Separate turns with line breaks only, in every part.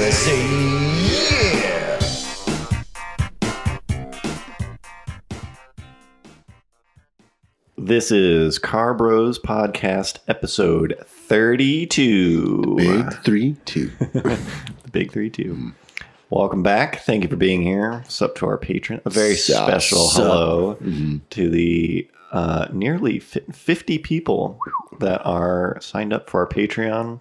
USA. Yeah!
This is Car Bros Podcast, episode 32.
Big three, two.
The Big 32. Welcome back. Thank you for being here. What's up to our patron? A very
Sup,
special
sup. Mm-hmm.
hello to the uh, nearly fi- 50 people that are signed up for our Patreon.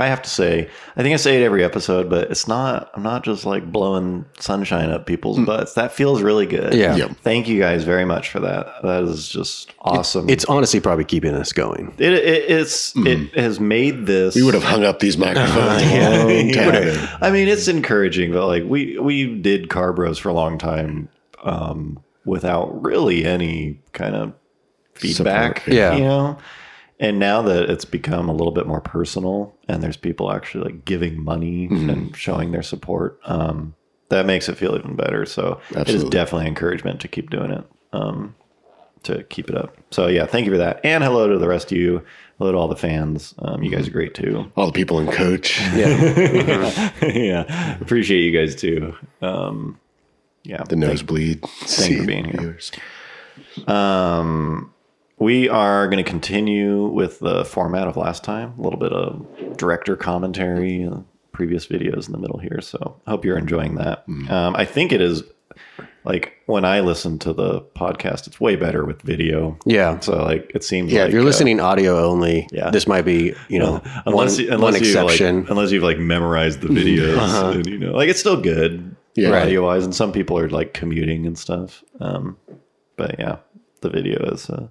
I have to say, I think I say it every episode, but it's not, I'm not just like blowing sunshine up people's
Mm.
butts. That feels really good.
Yeah.
Yep.
Thank you guys very much for that. That is just awesome.
It's honestly probably keeping us going.
It, it it's it has made this.
Hmm. We would have hung up these microphones a
Yeah.
long
You
time
would've-
ago.
I mean, it's encouraging, but like we we did Car Bros for a long time um, without really any kind of feedback.
Support,
yeah.
you know. And now that it's become a little bit more personal, and there's people actually like giving money
Mm-hmm.
and showing their support, um, that makes it feel even better. So it is
Absolutely.
definitely encouragement to keep doing it. Um, to keep it up. So yeah, thank you for that. And hello to the rest of you. Hello to all the fans. Um, you guys are great too
All the people in coach.
yeah, appreciate you guys too. Um, yeah,
The nosebleed.
you for being here. we are going to continue with the format of last time. A little bit of director commentary, uh, previous videos in the middle here. So I hope you're enjoying that.
Mm.
Um, I think it is like when I listen to the podcast, it's way better with video.
Yeah.
So like it seems
Yeah,
like
if you're
uh,
listening audio only,
yeah.
this might be, you know,
unless
one,
you, unless
one
you've, like- uh,
exception. Uh-huh.
unless you've like memorized the videos, and, you know, like it's still good
Yeah. Right.
audio wise. And some people are like commuting and stuff. Um, but yeah, the video is uh,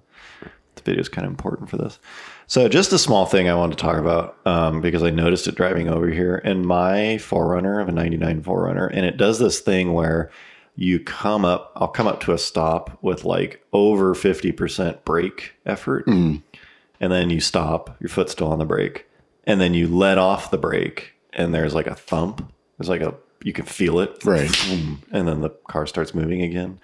the video is kind of important for this. So just a small thing I wanted to talk about um, because I noticed it driving over here in my Forerunner of a '99 Forerunner, and it does this thing where you come up. I'll come up to a stop with like over fifty percent brake effort and then you stop, your foot's still on the brake, and then you let off the brake, and there's like a thump. There's like a you can feel it,
Right.
and then the car starts moving again.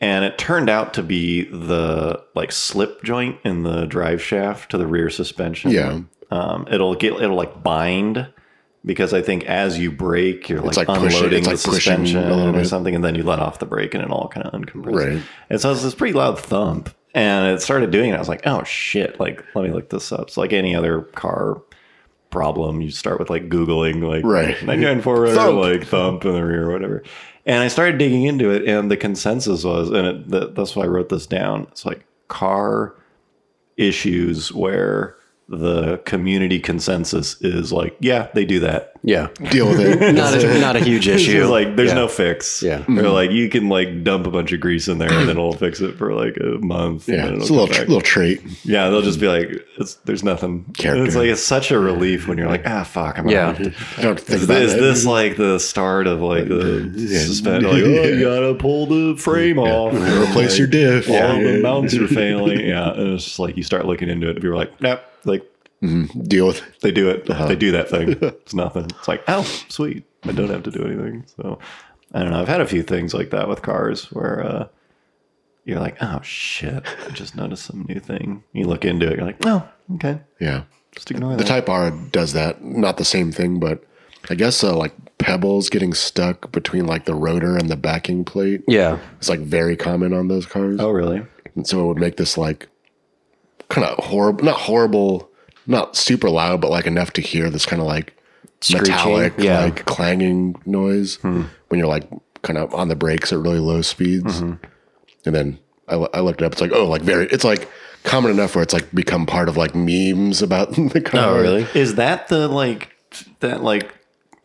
And it turned out to be the like slip joint in the drive shaft to the rear suspension.
Yeah.
um, it'll get it'll like bind because I think as you brake, you're like,
like pushing-
unloading
it's
the
like pushing a
suspension
little
or
bit.
something, and then you let off the brake, and it all kind of uncompresses.
Right.
And so it was this pretty loud thump. And it started doing it. I was like, oh shit, like let me look this up. So like any other car problem, you start with like Googling like
Right.
99 Forerunner,
Thump.
like thump in the rear or whatever. And I started digging into it, and the consensus was, and it, that, that's why I wrote this down. It's like car issues where the community consensus is like, yeah, they do that.
yeah.
Deal with it.
Not a, not a huge
It's just
issue.
like there's
Yeah.
no fix.
Yeah.
Mm-hmm.
They're like you can like dump a bunch of grease in there and then it'll fix it for like a month. and
Yeah.
then
It's a
it'll
little,
come
tr-
back.
little trait.
Yeah, they'll just be like, it's, there's nothing.
Character.
It's like it's such a relief when you're like, ah, fuck, I'm gonna
Yeah.
have to-
Don't think
Is
about
this,
that.
this like the start of like the
Yeah.
suspend? Like, oh, you
Yeah.
gotta pull the frame off.
Replace
Like,
your diff.
All the
Yeah.
mounts are failing. Yeah, and it's just like you start looking into it, and you're like, nope. Like
Deal with it.
they do
Uh-huh.
it. They do that thing. It's nothing. It's like, oh, sweet. I don't have to do anything. So I don't know. I've had a few things like that with cars where uh, you're like, oh shit, I just noticed some new thing. You look into it, you're like, oh, okay,
Yeah.
just ignore
The
that.
Type R does that. Not the same thing, but I guess uh, like pebbles getting stuck between like the rotor and the backing plate.
yeah.
It's like very common on those cars.
oh really?
And so it would make this like kind of horrible, not horrible, not super loud, but like enough to hear this kind of like
Screeching,
metallic,
yeah.
like clanging noise
Hmm.
when you're like kind of on the brakes at really low speeds.
Mm-hmm.
And then I, lo- I looked it up. It's like, oh, like very, it's like common enough where it's like become part of like memes about the
Oh,
car.
Is that the like that like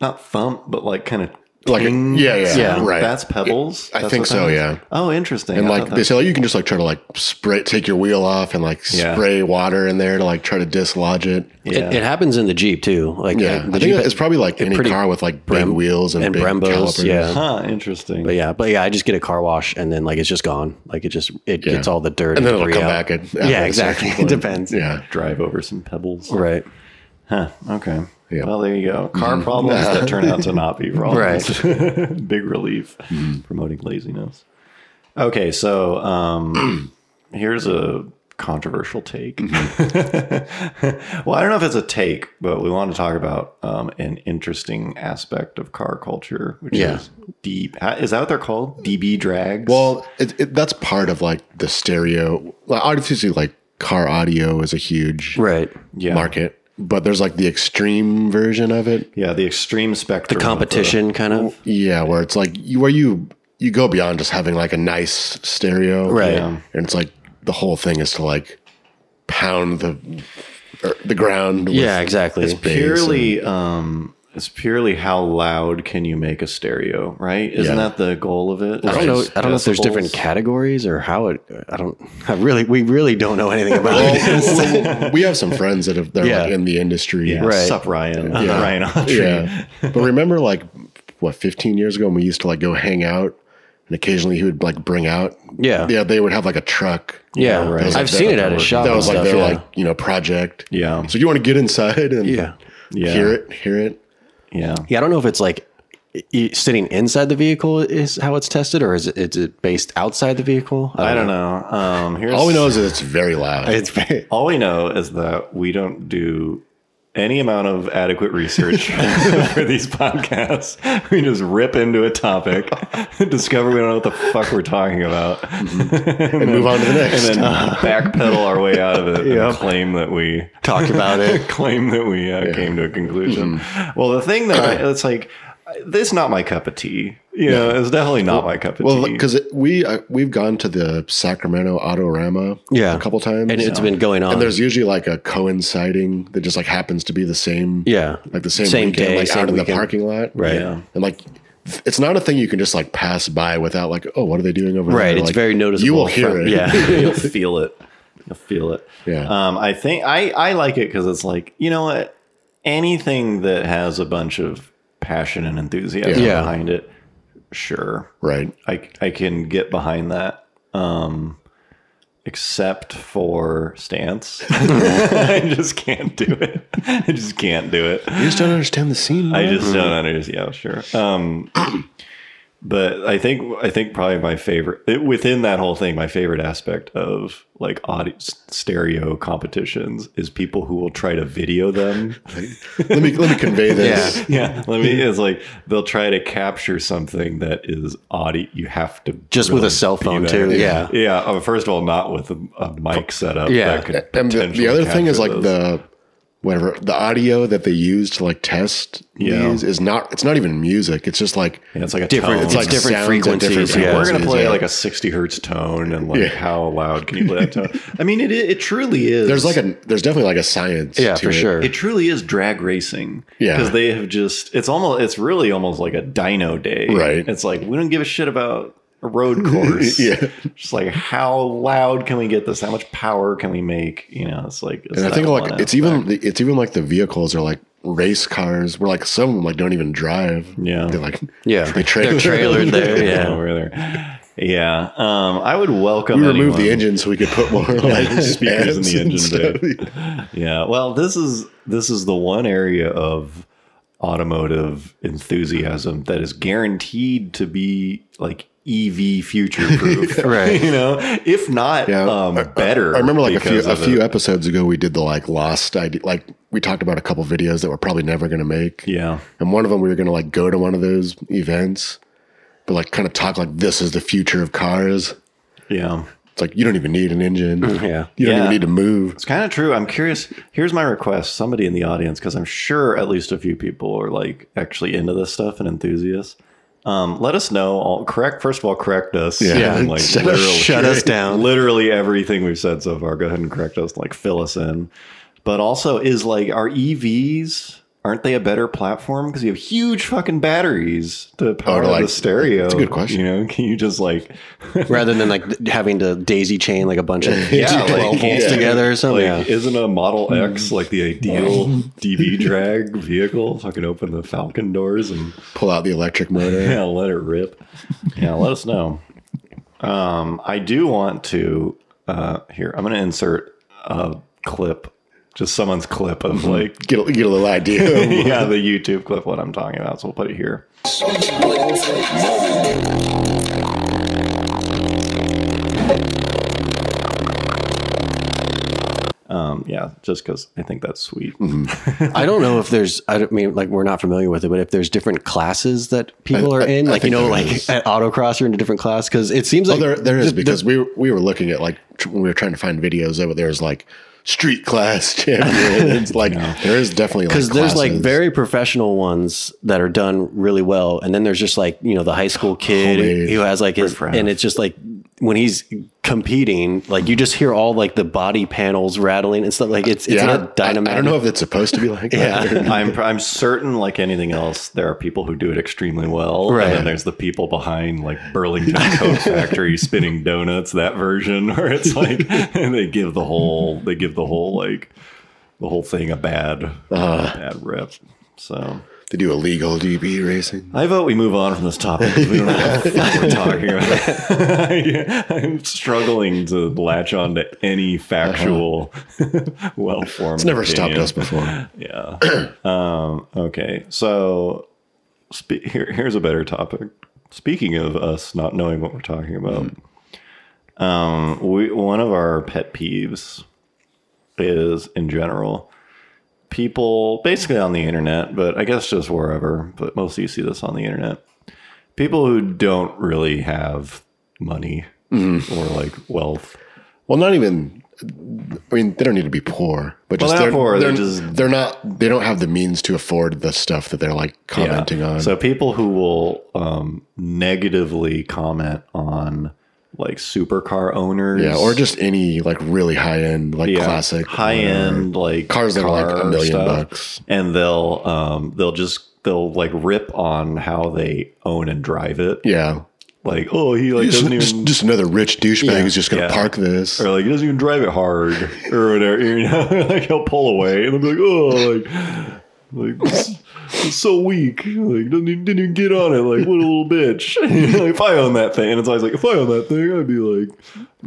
not thump, but like kind of
Like a- yeah, yeah,
Yeah.
right.
That's pebbles.
I
That's
think
what
so,
that is?
yeah.
Oh, interesting.
And
I
like
thought
they
that-
say, like you can just like try to like spray, take your wheel off and like
Yeah.
spray water in there to like try to dislodge it.
Yeah.
It, it happens in the Jeep too. Like
Yeah,
uh, the
I think
Jeep
it's probably like any
pretty-
car with like big
Brem-
wheels and,
and
big
Brembos,
calipers.
yeah.
huh? Interesting.
But yeah, but yeah, I just get a car wash and then like it's just gone. Like it just it gets all the dirt
And then it'll
debris
come
out.
back at- after
yeah,
a
exactly.
certain
It depends.
yeah.
Drive over some pebbles.
Right.
Huh. Okay.
Yeah.
Well, there you go.
Mm-hmm.
Car problems that turn out to not be problems. Right. Big relief.
Mm-hmm.
Promoting laziness. Okay, so um, here's a controversial take.
Mm-hmm.
well, I don't know if it's a take, but we want to talk about um, an interesting aspect of car culture, which
Yeah.
is DB. Is that what they're called? DB drags?
Well, it, it, that's part of like the stereo. Like, obviously, like car audio is a huge
Right.
yeah.
market, but there's like the extreme version of it.
Yeah, the extreme spectrum.
The
of uh,
competition kind of.
Yeah, where it's like you, where you you go beyond just having like a nice stereo,
Right.
Yeah.
And it's like the whole thing is to like pound the er, the ground. With,
Yeah, exactly.
It's- bass
purely um it's purely how loud can you make a stereo right isn't
Yeah.
that the goal of it
I don't know. I don't know if there's different
Decibels?
categories or how it. I don't. I really. We really don't know anything about
Well,
it.
well, we have some friends that have, they're like
Yeah.
in the industry.
yeah,
Right.
sup ryan
Yeah.
ryan Autry.
Yeah. but remember like what 15 years ago when we used to like go hang out and occasionally he would like bring out
Yeah.
yeah they would have like a truck
Yeah,
right.
That was,
I've
like,
seen
their-
it at a shop.
that was
and
like
stuff,
their
yeah.
like you know project
Yeah.
so you want to get inside and
yeah,
yeah
hear it hear it
yeah
yeah. I don't know if it's like i- sitting inside the vehicle is how it's tested, or is it, is it based outside the vehicle?
i don't know um here's
all we know is that it's very loud
It's very-
all we know is that we don't do any amount of adequate research for these podcasts. We just rip into a topic, discover we don't know what the fuck we're talking about,
and move on to the next
and then backpedal our way out of it and claim that we
talk about it. Mm-hmm.
claim that we uh, came to a conclusion. Well, the thing that I, it's like, this not my cup of tea. You know, it's definitely not my cup of
well
tea.
because we uh, we've gone to the sacramento autorama
Yeah.
a couple times
and it's been going on.
and there's usually like a coinciding that just like happens to be the same
yeah,
like the same,
Same
weekend,
day,
like
same
out in the
weekend.
parking lot,
Right.
Yeah.
And like, it's not a thing you can just like pass by without like, oh, what are they doing over there?
Right, it's
Like,
very noticeable
You will hear
from-
it.
yeah.
you'll feel it. You'll feel it.
Yeah.
Um, I think I, I like it because it's like, you know what? Anything that has a bunch of passion and enthusiasm
Yeah.
behind it, sure.
Right.
I, I can get behind that. Um, except for stance. I just can't do it. I just can't do it.
You just don't understand the scene.
I
man.
just don't understand. Yeah, sure. Um, but I think I think probably my favorite it- within that whole thing, my favorite aspect of like audio stereo competitions is people who will try to video them.
let me let me convey this.
yeah, let me. It's like they'll try to capture something that is audio. You have to
Just with a cell
be
phone,
there.
too. Yeah.
yeah. uh, First of all, not with a, a mic setup.
Yeah.
that could
And the,
potentially
the other thing is
capture
like
those.
the whatever the audio that they use to like test
Yeah.
these is not. It's not even music. It's just like
Yeah, it's like a
different-
tone.
it's like different
sounds at
frequencies, yeah.
we're gonna
frequencies,
play
yeah.
like a 60 hertz tone and like
Yeah.
how loud can you play that tone i mean it it truly is
There's like a there's definitely like a science.
yeah,
to
for
it.
sure.
it truly is drag racing
Yeah.
because they have just it's almost it's really almost like a dino day
Right.
it's like we don't give a shit about a road course
Yeah.
just like how loud can we get this how much power can we make you know it's like it's
And I
that
think
one
like
aspect.
it's even it's even like the vehicles are like race cars where like some of them like don't even drive.
Yeah.
They like
yeah,
they trailer.
They're trailered there.
yeah
Yeah,
over there yeah um i would welcome
we removed
anyone-
the engine so we could put more like
speakers in
amps
the
and
engine
stuff.
Yeah. Well, this is this is the one area of automotive enthusiasm that is guaranteed to be like EV future proof.
Right.
You know, if not
Yeah.
um,
I- I-
better.
I remember like a few
because
a
of
few
it.
episodes ago we did the like lost idea like we talked about a couple videos that we're probably never gonna make.
Yeah.
And one of them we were gonna like go to one of those events, but like kind of talk like this is the future of cars.
Yeah.
It's like you don't even need an engine.
yeah.
You don't
Yeah.
even need to move.
It's kind of true. I'm curious. Here's my request. Somebody in the audience, because I'm sure at least a few people are like actually into this stuff and enthusiasts. Um, let us know. All, correct. First of all, correct us.
Yeah.
on, Like
Shut us-
literal-
shut us down.
Literally everything we've said so far. Go ahead and correct us. Like fill us in. But also, is like our EVs aren't they a better platform because you have huge fucking batteries to power
Oh, like-
the stereo? That's
a good question.
You know, can you just like
Rather than like having to daisy chain like a bunch of
Yeah,
twelve
like,
volts
yeah.
together or something. Hmm.
Like,
yeah.
isn't a Model X like the ideal DB drag vehicle? Fucking open the Falcon doors and
Pull out the electric motor.
yeah, let it rip. Yeah, let us know. Um, I do want to uh, here. I'm going to insert a clip, just someone's clip
Mm-hmm.
of like
Get a, get a little idea.
yeah the YouTube clip what I'm talking about. So we'll put it here. Um, yeah, just because I think that's sweet.
I don't know if there's. I don't mean like we're not familiar with it, but if there's different classes that people
I-
are
I-
in,
I
like you
think
know,
there
like
is.
at autocross you're in a different class because it seems like
Well, there, there is
the- the-
because we were- we were looking at like tr- we were trying to find videos of it. There's like street class champion. It's like there is definitely like
because there's like
classes.
very professional ones that are done really well, and then there's just like you know the high school kid
Homemade.
who has like his, and it's just like when he's competing, like you just hear all like the body panels rattling and stuff. Like it's it's
yeah. I-
not dynamite.
I, don't know if it's supposed to be like that.
yeah.
I'm I'm certain, like anything else, there are people who do it extremely well,
Right.
and then there's the people behind like Burlington Coat Factory spinning donuts. That version where it's like they give the whole they give the whole like the whole thing a bad
Uh.
bad rep. So
They do illegal DB racing.
I vote we move on from this topic. 'cause We don't know what the fuck we're talking about. I'm struggling to latch on to any factual, well formed.
Uh-huh. It's never stopped us before.
Yeah. um, okay. So spe- here, here's a better topic. Speaking of us not knowing what we're talking about, um, we, one of our pet peeves is in general people basically on the internet, but I guess just wherever, but mostly you see this on the internet. People who don't really have money or like wealth.
Well, not even. I mean, they don't need to be poor, but
Well,
just
they're not poor,
They're,
they're just-
they're not. They don't have the means to afford the stuff that they're like commenting on.
So people who will um, negatively comment on like supercar owners,
yeah, or just any like really high end, like classic,
high end like
Cars that are, like, a
car
million bucks.
and they'll um, they'll just they'll like rip on how they own and drive it.
Yeah,
Like oh he like
just,
doesn't
just-
even
just another rich douchebag who's just going to
Yeah.
park this.
or like he doesn't even drive it hard or whatever. You know, like he'll pull away and they'll be like oh like. Like it's, it's so weak. Like didn't even, didn't even get on it. Like what a little bitch. if I own that thing, and it's always like if I own that thing, I'd be like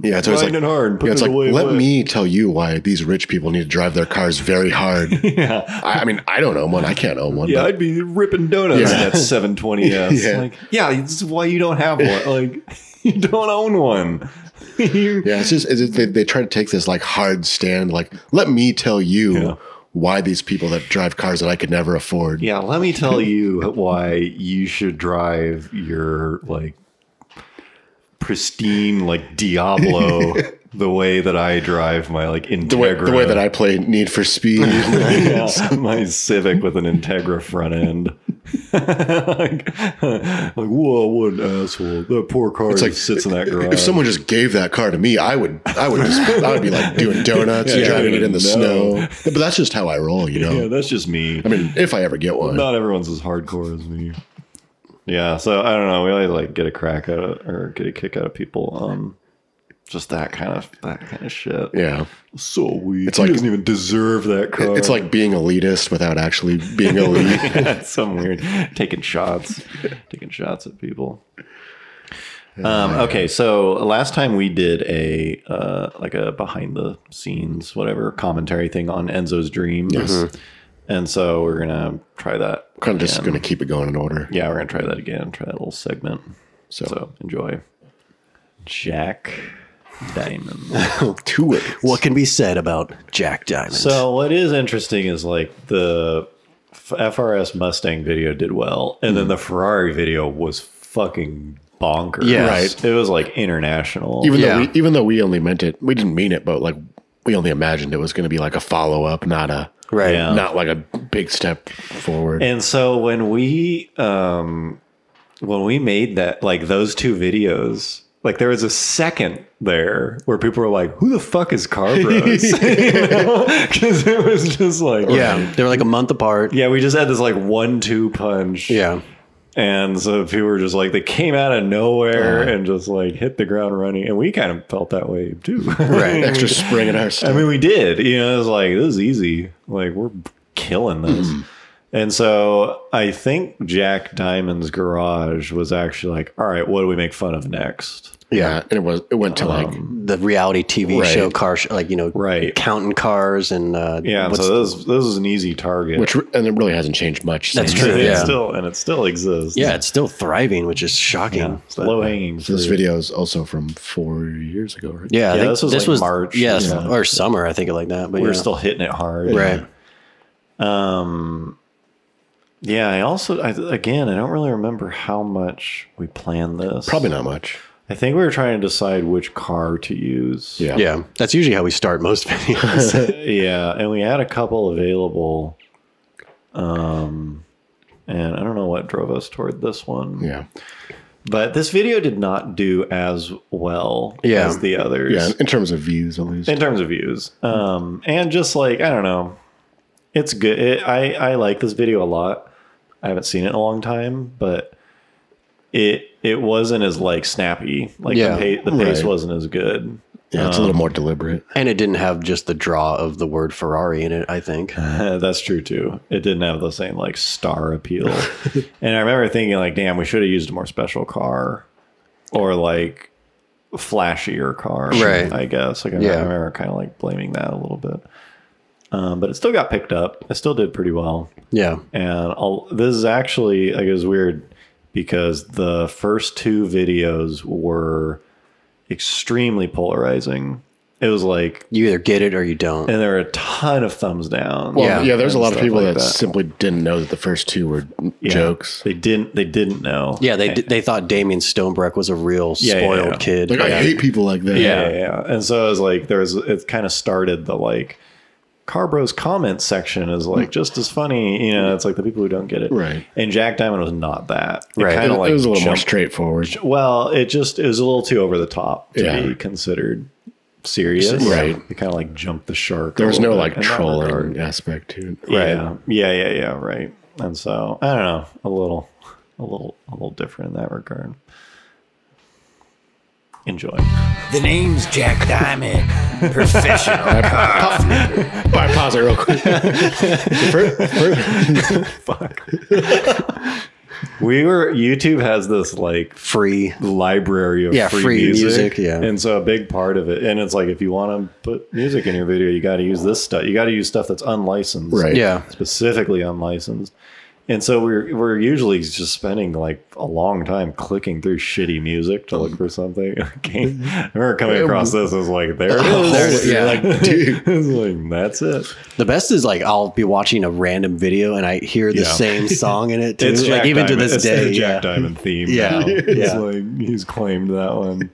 Yeah, it's always like,
grinding hard and
yeah, it's
putting
like
it away.
let
away.
me tell you why these rich people need to drive their cars very hard.
Yeah.
I, I mean, I don't own one. I can't own one.
Yeah,
but
I'd be ripping donuts
Yeah.
in that 720s.
Yeah.
Like, yeah, this is why you don't have one. Like, you don't own one. You-
yeah. It's just it's, just- they, they try to take this like hard stand. Like, let me tell you
Yeah.
why these people that drive cars that I could never afford.
yeah, let me tell you why you should drive your like pristine like Diablo the way that I drive my like Integra.
The way, the way that I play Need for Speed.
yeah, my Civic with an Integra front end. like, like, whoa, what an asshole! That poor car
It's like
just sits in that garage.
If someone just gave that car to me, I would, I would, just, I would be like doing donuts, and
Yeah,
driving it in the
no.
snow. But that's just how I roll, you know.
yeah, that's just me.
I mean, if I ever get one,
Not everyone's as hardcore as me. Yeah, so I don't know. We always like get a crack out of or get a kick out of people. Um, just that kind of that kind of shit.
yeah.
So weird.
It's
he
like-
doesn't even deserve that car.
It's like being elitist without actually being elite.
Yeah, it's some weird taking shots, taking shots at people. Um, okay, so last time we did a uh, like a behind the scenes whatever commentary thing on Enzo's dream, and so we're gonna try that.
kind of just
again.
going to keep it going in order.
Yeah, we're gonna try that again. Try that little segment.
So,
So enjoy. Jack Diamond.
two it.
what can be said about Jack Diamond.
So what is interesting is like the F- FRS Mustang video did well, and then the Ferrari video was fucking bonkers.
Yes.
Right.
It was like international.
Even though
Yeah.
we, even though we only meant it, we didn't mean it, but like we only imagined it was going to be like a follow up, not a
right.
Yeah.
not like a big step forward.
and so when we um when we made that like those two videos, like there was a second there where people were like, "Who the fuck is Car Bros?" Because it was just like,
Yeah, they were like a month apart.
yeah. We just had this like one-two punch.
Yeah.
And so people were just like, they came out of nowhere
Uh-huh.
and just like hit the ground running. And we kind of felt that way too.
Right.
Extra spring in our step.
I mean, we did. You know, it was like, this is easy. Like, we're killing this.
Hmm.
And so I think Jack Diamond's garage was actually like, all right, what do we make fun of next?
Yeah, and it was it went to like
the reality TV
Right.
show car, sh- like you know,
Right.
counting cars and uh,
Yeah, and
what's-
so this this is an easy target.
which re- and it really hasn't changed much.
That's
since
true.
It
yeah.
still and it still exists.
yeah, it's still thriving, which is shocking. Yeah,
it's low hanging.
This video is also from four years ago, right?
I
Yeah,
think
this was like March.
yes,
Yeah.
or summer, I think, like that. But
We're
yeah.
still hitting it hard.
right.
Yeah. I also I, again I don't really remember how much we planned this.
Probably not much.
I think we were trying to decide which car to use.
Yeah.
Yeah, that's usually how we start most videos.
yeah, and we had a couple available. Um, and I don't know what drove us toward this one.
Yeah.
But this video did not do as well
Yeah.
as the others.
Yeah. In terms of views, at least.
in terms of views um and just like i don't know it's good it, i i like this video a lot i haven't seen it in a long time but it it wasn't as like snappy like
Yeah.
the, pa- the pace
Right.
wasn't as good
yeah, it's a little more deliberate.
and it didn't have just the draw of the word Ferrari in it. I think.
that's true too it didn't have the same like star appeal and i remember thinking like damn we should have used a more special car or like flashier car
Right.
i guess like i
Yeah.
remember kind of like blaming that a little bit um, but it still got picked up it still did pretty well
Yeah.
and I'll, this is actually like it was weird because the first two videos were extremely polarizing. It was like,
You either get it or you don't.
and there were a ton of thumbs down.
Well,
Yeah.
yeah, there's a
and
lot of
stuff
people
like
that, simply didn't know that the first two were
Yeah.
jokes.
They didn't. They didn't know.
yeah, they they thought Damien Stonebrack was a real
Yeah, yeah,
spoiled
yeah.
kid.
Like, I hate people like that.
yeah, yeah, yeah. And so it was like there was it kind of started the like Carbro's comment section is like just as funny, you know, it's like the people who don't get it.
Hmm. Right.
And Jack Diamond was not that.
Right.
It, kinda,
It,
like,
it was a little more
jumped-
straightforward.
Well, it just it was a little too over the top to
Yeah.
be considered serious.
Right.
It kind of like jumped the shark. a
There was no
little bit
like
in that regard.
trolling aspect to it.
Yeah. Yeah, yeah, yeah, right. And so, I don't know, a little a little a little different in that regard. Enjoy.
The name's Jack Diamond. Professional.
Right, pause it real quick. The fir- fir-
We were YouTube has this like
Free.
library of
Yeah,
free,
free
music.
music, yeah.
And so a big part of it and it's like if you want to put music in your video, you got to use this stuff. You got to use stuff that's unlicensed.
Right.
Yeah.
specifically unlicensed. And so we're we're usually just spending like a long time clicking through shitty music to look for something. Okay. I remember coming across this I was like, there it is.
Oh, There it is, yeah.
Like, dude, it's like that's it.
The best is like I'll be watching a random video and I hear the
Yeah.
same song in it too.
It's
like
Jack
even
Diamond.
to this
It's
day.
the Jack
yeah.
Diamond theme. now.
Yeah.
It's
Yeah.
like he's claimed that one.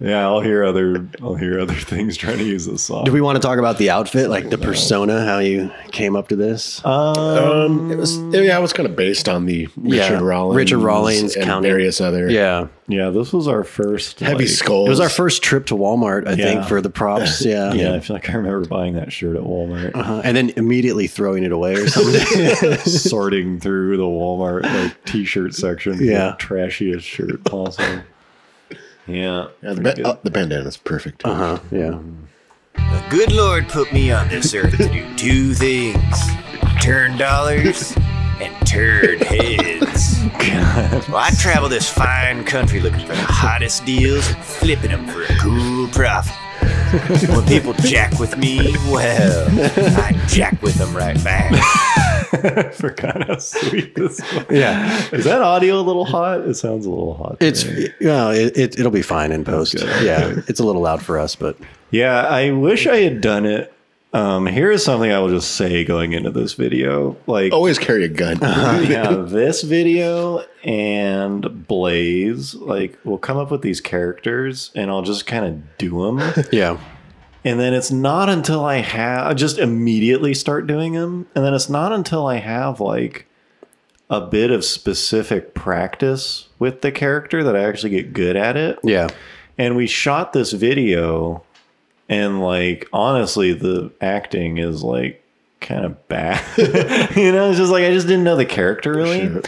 Yeah, I'll hear other I'll hear other things trying to use this song.
Do we want to talk about the outfit, like the persona, how you came up to this?
Uh,
Uh,
um, it was yeah, it was kind of based on the Richard
Yeah.
Rollins,
Richard Rollins
and
counting-
various other
yeah.
yeah, this was our first
heavy
like-
skulls.
It was our first trip to Walmart, I
Yeah.
think, for the props. Yeah.
Yeah, I feel like I remember buying that shirt at Walmart.
Uh, and then immediately throwing it away or something.
sorting through the Walmart like t-shirt section. for
Yeah.
the trashiest shirt possible. yeah,
Yeah, the,
pretty
ba-
good.
uh, the bandana's perfect. too.
Uh-huh. Yeah.
The good Lord put me on this earth to do two things turn dollars and turn heads. Well, I travel this fine country looking for the hottest deals and flipping them for a cool profit. When people jack with me, well, I jack with them right back.
uh,
I forgot how sweet this. Was.
Yeah.
Is that audio a little hot? It sounds a little hot. to
It's
me.
well, it, it it'll be fine in post. Yeah. It's a little loud for us, but
yeah. I wish I had done it. Um, here is something I will just say going into this video. Like,
Always carry Oh, a gun.
Uh-huh.
yeah, this video and Blaze, like, we'll come up with these characters, and I'll just kind of do them.
yeah.
And then it's not until I have I just immediately start doing them. And then it's not until I have like a bit of specific practice with the character that I actually get good at it.
Yeah.
And we shot this video and like honestly the acting is like kind of bad. you know, it's just like I just didn't know the character really.
Sure.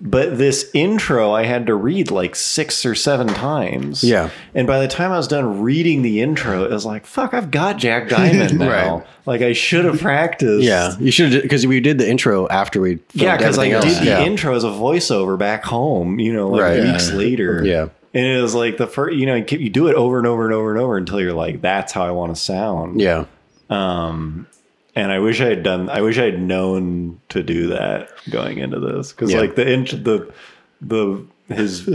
But this intro I had to read like six or seven times.
Yeah.
And by the time I was done reading the intro, it was like, fuck, I've got Jack Diamond now.
Right.
Like I should have practiced.
Yeah. You should because we did the intro after we filmed
Yeah, because I
everything
did
else.
the
yeah.
intro as a voiceover back home, you know, like
Right.
weeks later.
Yeah.
And it was like the first, you know, you keep- you do it over and over and over and over until you're like, that's how I want to sound.
Yeah.
And I wish I had done, I wish I had known to do that going into this. Cause
Yeah.
like the inch, the, the, his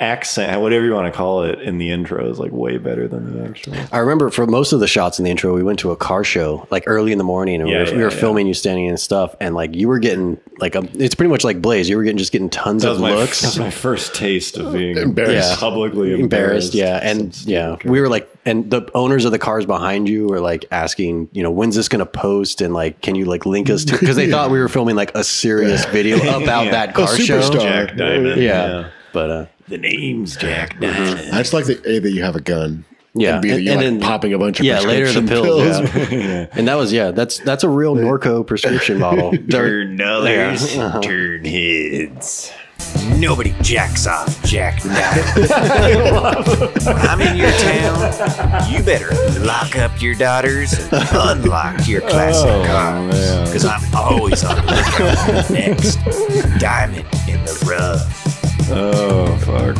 accent, whatever you want to call it in the intro is like way better than the actual.
I remember for most of the shots in the intro, we went to a car show like early in the morning and
Yeah,
we were,
yeah,
we were
yeah.
filming you standing and stuff. And like you were getting like, a, it's pretty much like Blaze. You were getting just getting tons
That
of
was, my,
looks. Oh,
that was my first taste of being
Embarrassed.
yeah. publicly
embarrassed,
embarrassed.
yeah and yeah we were like and the owners of the cars behind you were like asking you know when's this gonna post and like can you like link us to because they thought we were filming like a serious video about
Yeah.
that
A
car show
superstar.
Jack Diamond.
yeah. Mm-hmm. but uh
The name's Jack Diamond.
I just like the A that you have a gun.
Yeah,
And B that
and-
you're
and
like
then-
popping a bunch of
yeah later the
prescription
pills,
pills.
yeah. and that was yeah that's that's a real norco prescription model They're-
Turn dollars, turn heads. Nobody jacks off Jack Diamond. When I'm in your town. You better lock up your daughters and unlock your classic cars. Because I'm always on the lookout for the next diamond in the rough.
Oh fuck.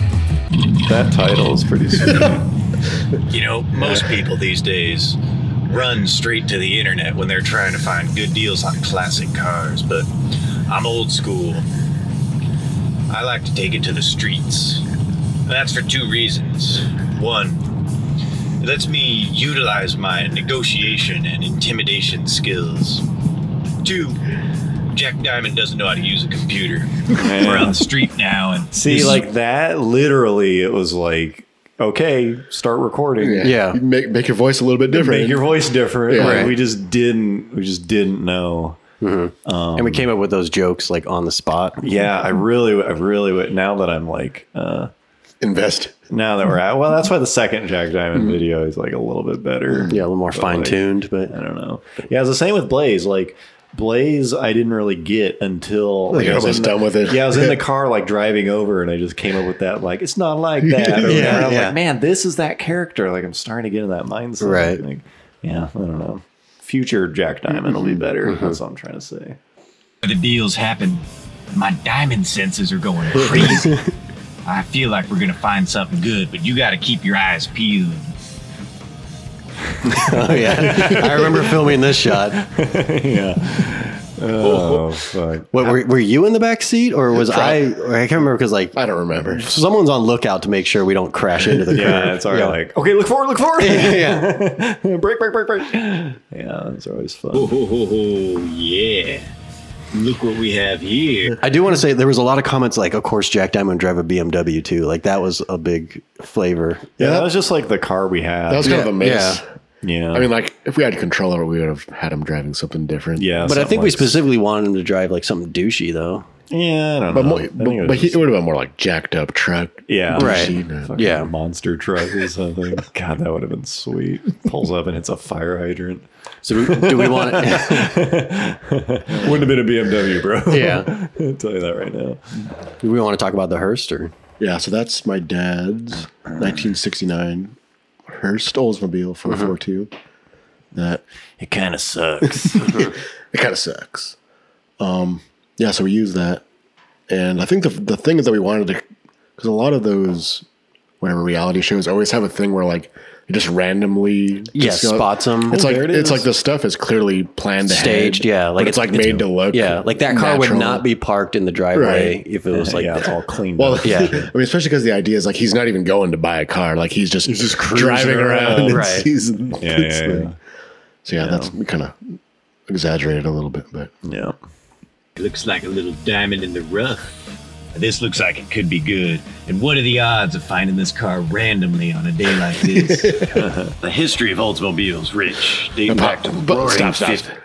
That title is pretty sweet.
You know, most people these days run straight to the internet when they're trying to find good deals on classic cars, but I'm old school. I like to take it to the streets. And that's for two reasons. One, it lets me utilize my negotiation and intimidation skills. Two, Jack Diamond doesn't know how to use a computer. We're on the street now, and
See,
this-
like that literally it was like, okay, start recording.
Yeah.
You Make, make your voice a little bit different.
Make your voice different.
Yeah.
Like,
Right.
we just didn't we just didn't know.
and we came up with those jokes like on the spot
Yeah, I really I really would now that I'm like uh
Invest.
now that we're at well, that's why the second Jack Diamond video is like a little bit better.
Mm-hmm. Oh, yeah a little more
But, like,
fine-tuned but uh,
I don't know. Yeah, it's the same with Blaze. Like Blaze, I didn't really get until
Like,
I was
almost
in the-
done with it.
Yeah, I was in the car like driving over, and I just came up with that. Like it's not like that. Or whatever.
Yeah,
I was
yeah.
like, man, this is that character. Like I'm starting to get in that mindset.
Right.
Like, yeah, I don't know. Future Jack Diamond
Mm-hmm.
will be better. That's what I'm trying to say.
the deals happen, my diamond senses are going crazy. I feel like we're gonna find something good, but you gotta keep your eyes peeled.
oh yeah i remember filming this shot
yeah. Oh fuck.
what were, were you in the back seat or was i
Probably.
i can't remember because like
I don't remember.
someone's on lookout to make sure we don't crash into the
Yeah,
curb.
it's already like okay. Look forward. Look forward.
yeah.
break. Break. Break. Break. Yeah, it's always fun.
Oh, ho, ho, ho, yeah. Look what we have here.
I do want to say there was a lot of comments like, of course, Jack Diamond drove a BMW too. Like that was a big flavor.
Yeah, that was just like the car we had.
That was kind of a mess.
yeah.
yeah.
I mean, like, if we had control over it, we would have had him driving something different.
yeah.
But I
something
think we
like-
specifically wanted him to drive like something douchey though.
Yeah, I don't
But,
know.
more,
I think
but,
it was
but he,
just
it would have been more like jacked up truck.
Yeah.
Right.
You know.
fucking
Yeah.
monster truck or something. God, that would have been sweet. Pulls up and hits a fire hydrant.
So do we, do we want?
Wouldn't have been a BMW, bro.
yeah.
I'll tell you that right now.
Do we want to talk about the Hearst or?
Yeah, so that's my dad's 1969 Hearst Oldsmobile
Uh-huh.
442. That
it kind of sucks.
Uh-huh.
it kind of sucks. Um, yeah, so we use that, and I think the the thing that we wanted to, because a lot of those, whatever reality shows, always have a thing where like it just randomly
Yeah,
discuss-
spots 'em.
It's
Oh,
like
there it
it's
is.
like the stuff is clearly planned, ahead,
Staged, yeah, like
like it's,
it's-
like made to look,
Yeah, like that car would
natural.
not be parked in the driveway
Right.
if it was like
yeah,
that.
it's all cleaned
Well,
up.
yeah.
Yeah.
I mean, especially because the idea is like he's not even going to buy a car; like he's just
just cruising
driving around,
around.
and
Right.
sees
Yeah,
this
yeah,
thing.
yeah.
So yeah, that's we kind of exaggerated a little bit, but
Yeah.
Looks like a little diamond in the rough. This looks like it could be good. And what are the odds of finding this car randomly on a day like this?
the history of Oldsmobiles, Rich, dating back to the
But-
roaring
stop, stop.
50s.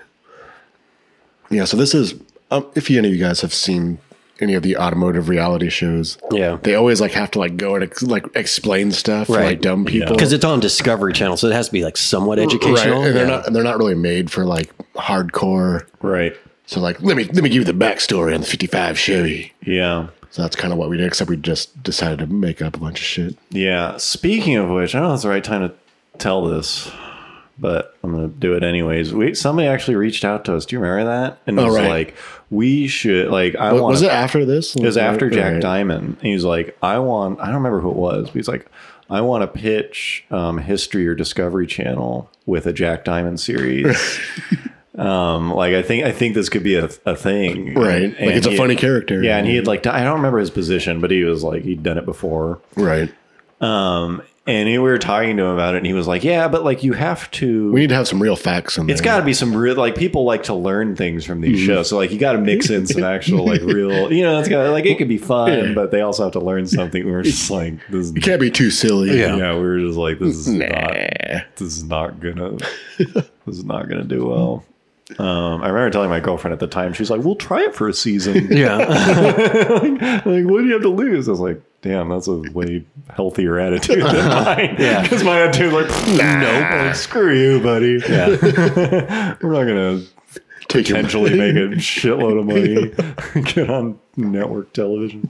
yeah. So this is um, if any of you guys have seen any of the automotive reality shows,
Yeah.
they always like have to like go and ex- like explain stuff for like
Right.
dumb people
because it's on Discovery Channel, so it has to be like somewhat
right,
educational.
and they're
Yeah.
not and they're not really made for like hardcore.
Right.
So like let me let me give you the backstory on the '55 Chevy.
Yeah.
So that's kind of what we did, except we just decided to make up a bunch of shit.
Yeah. Speaking of which, I don't know if it's the right time to tell this, but I'm gonna do it anyways. We somebody actually reached out to us. Do you remember that? And it
Oh,
was
right.
like, we should like I
Wa-
want
was it after this?
it was after Jack
Right.
Diamond. And he was like, I want, I don't remember who it was, but he's like, I want to pitch um, History or Discovery Channel with a Jack Diamond series. um, like, I think, I think this could be a, a thing.
Right.
And-
Like, it's
and
a funny character.
Yeah. And he had like, I don't remember his position, but he was like, he'd done it before.
Right.
Um, and we were talking to him about it, and he was like, "Yeah, but like you have to.
We need to have some real facts in there.
It's got to be some real like people like to learn things from these shows. So like you got to mix in some actual like real, you know, it's got to like it could be fun, but they also have to learn something. We were just like this.
It
Is,
can't be too silly.
yeah. we were just like this is not
Nah.
this is not gonna this is not gonna do well. Um, I remember telling my girlfriend at the time, she's like, "We'll try it for a season."
Yeah.
like, like, what do you have to lose? I was like, damn, that's a way healthier attitude than mine. yeah. Because my attitude was like, no, like, screw you, buddy. Yeah. We're not going to
Take your
potentially make a shitload of money, get on network television.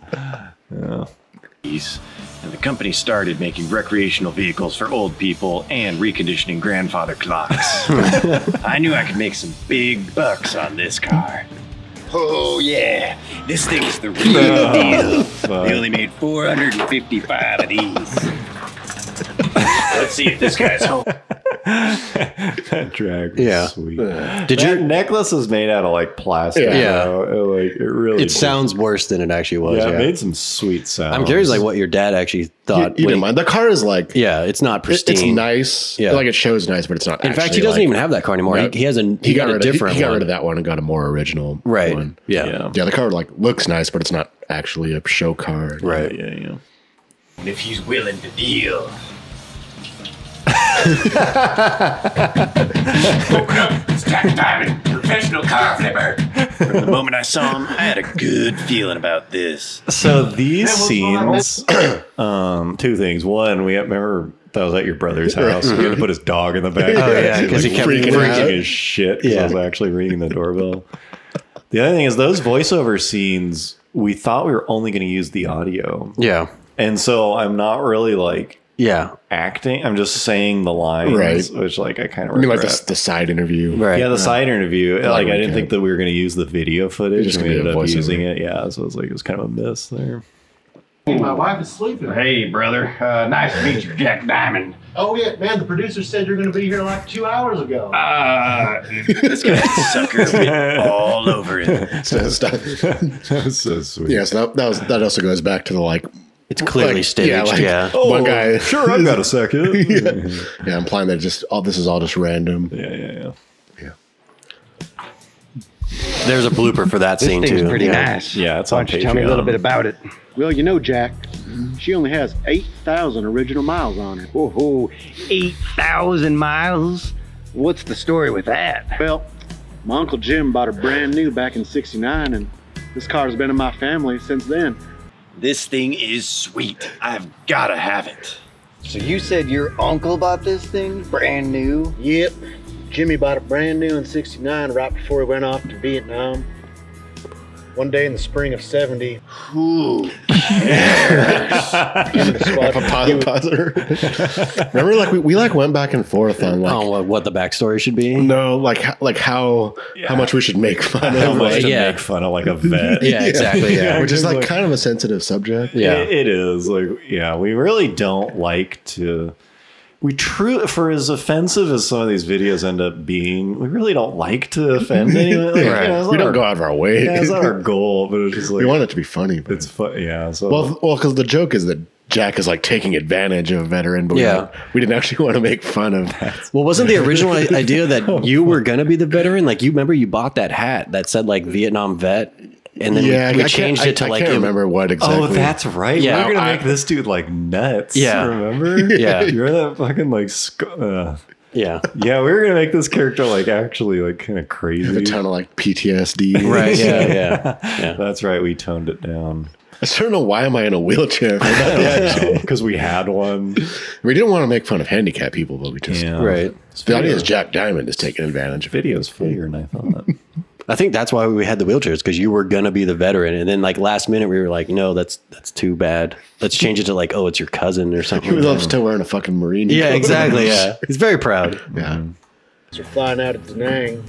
and the company started making recreational vehicles for old people and reconditioning grandfather clocks. I knew I could make some big bucks on this car. Oh yeah, this thing's the real deal. They only made 455 of these. Let's see if this guy's home.
That drag was
Yeah.
sweet.
Did
That
you?
necklace was made out of like plastic.
Yeah.
Yeah.
though. It, like, it really
It sounds worse than it actually was.
Yeah,
Yeah.
it made some sweet sounds.
I'm curious, like what your dad actually
Um, You,
thought.
you
when
didn't
he-
mind. The car is like it-
yeah, it's not pristine.
it's nice.
Yeah.
Like it shows nice, but it's not.
In fact, he doesn't even have that car anymore.
Nope.
He, he has a he, got, a
rid
different
Of, he, he got
one.
rid of that one and got a more original
Right.
one.
Yeah.
yeah.
Yeah, the car like looks nice, but it's not actually a show car.
Yeah,
Right.
yeah, yeah.
And if he's willing to deal. Open up. It's Jack Diamond, professional car flipper. From the moment I saw him, I had a good feeling about this.
So these scenes, um, two things. One, we remember that was at your brother's house. He had to put his dog in the back.
Oh,
yeah, 'cause he kept
freaking,
freaking out.
freaking his shit. 'cause I
Yeah.
was actually ringing the doorbell. the other thing is those voiceover scenes. We thought we were only going to use the audio,
Yeah.
and so I'm not really like
Yeah.
acting. I'm just saying the lines,
Right.
which like I kind of
I mean,
regret.
like the, the side interview.
Right.
Yeah, the side interview. Like, I
we
didn't
can.
think that we were going to use the video footage.
just
and
gonna
We
do
ended
a
up
voiceover.
using it. Yeah, so it was like it was kind of a miss there.
My wife is sleeping.
Hey, brother. Uh, nice to meet you, Jack Diamond.
Oh yeah, man. The producer said you're going to be here like two hours ago.
Uh, this guy's sucker bit all over it.
So, so,
That was so sweet.
yeah, so that, that was that also goes back to the like
It's clearly
like,
staged. Yeah.
like,
Oh,
one guy.
Sure, I've got a second. yeah.
Yeah, implying that just all this is all just random.
yeah, yeah,
There's a blooper for that scene too. yeah.
nice.
yeah. It's on Patreon.
about it? Well, you know, Jack, she only has 8,000 original miles on her.
Oh, ho, 8,000 miles? What's the story with that?
Well, my Uncle Jim bought her brand new back in 69, and this car's been in my family since then.
This thing is sweet. I've got to have it.
So you said your uncle bought this thing brand new?
Yep, Jimmy bought it brand new in 69 right before he went off to Vietnam. One day in the spring of 70,
Ooh.
him and his squad-
Positive, Remember, like we, we like went back and forth on like
Oh, what, what the backstory should be?
no, like h- like how how much we should make fun
How
of,
much
like,
to
Yeah.
make fun of like a vet.
Yeah, exactly. Yeah.
which is like
like-
kind of a sensitive subject.
Yeah.
It- it is like yeah. We really don't like to. We true for as offensive as some of these videos end up being, we really don't like to offend anyone. Like, you know, it's
we
not
don't
our-
go out of our way.
Yeah, it's not our goal, but it's just like
we want it to be funny. But.
it's fun. Yeah, so
Well, well, because the joke is that Jack is like taking advantage of a veteran, but
Yeah.
we, didn't, we didn't actually want to make fun of.
Well, wasn't the original i- idea that you were gonna be the veteran? Like you remember, you bought that hat that said like Vietnam vet, and then
yeah,
we, we
I
changed
can't,
it to
I,
like
I can't
im-
remember what exactly.
Oh, that's right.
Yeah.
we were gonna
I-
make this dude like nuts.
Yeah.
remember?
Yeah.
you remember that fucking like. Sc- uh,
Yeah,
yeah, we were gonna make this character like actually like kind of crazy.
a ton of like PTSD.
right. Yeah, yeah, yeah.
That's right. We toned it down
I don't know why am I in a wheelchair.
because we had one.
we didn't want to make fun of handicapped people, but we just
Yeah,
Right.
the idea is Jack Diamond is taking advantage of it.
Video's funnier than I thought.
I think that's why we had the wheelchairs because you were gonna be the veteran, and then like last minute we were like, no, that's that's too bad. Let's change it to like, oh, it's your cousin or something.
He loves still wearing a fucking marine.
yeah,
coat.
exactly. Yeah, he's very proud.
yeah.
are flying out of Da Nang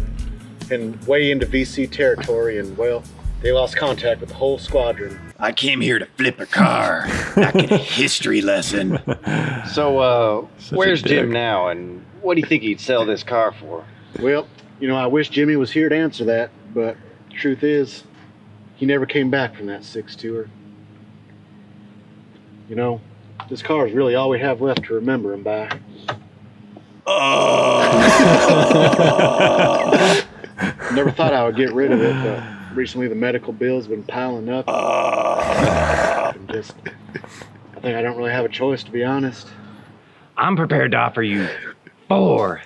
and way into VC territory, and well, they lost contact with the whole squadron.
I came here to flip a car, not get a history lesson.
So, uh,
a
where's Jim
dick.
now, and what do you think he'd sell this car for?
Well, you know, I wish Jimmy was here to answer that, but truth is, he never came back from that six tour. You know, this car is really all we have left to remember him by. Never thought I would get rid of it, but recently the medical bill's been piling up. I'm just, I think I don't really have a choice, to be honest.
I'm prepared to offer you four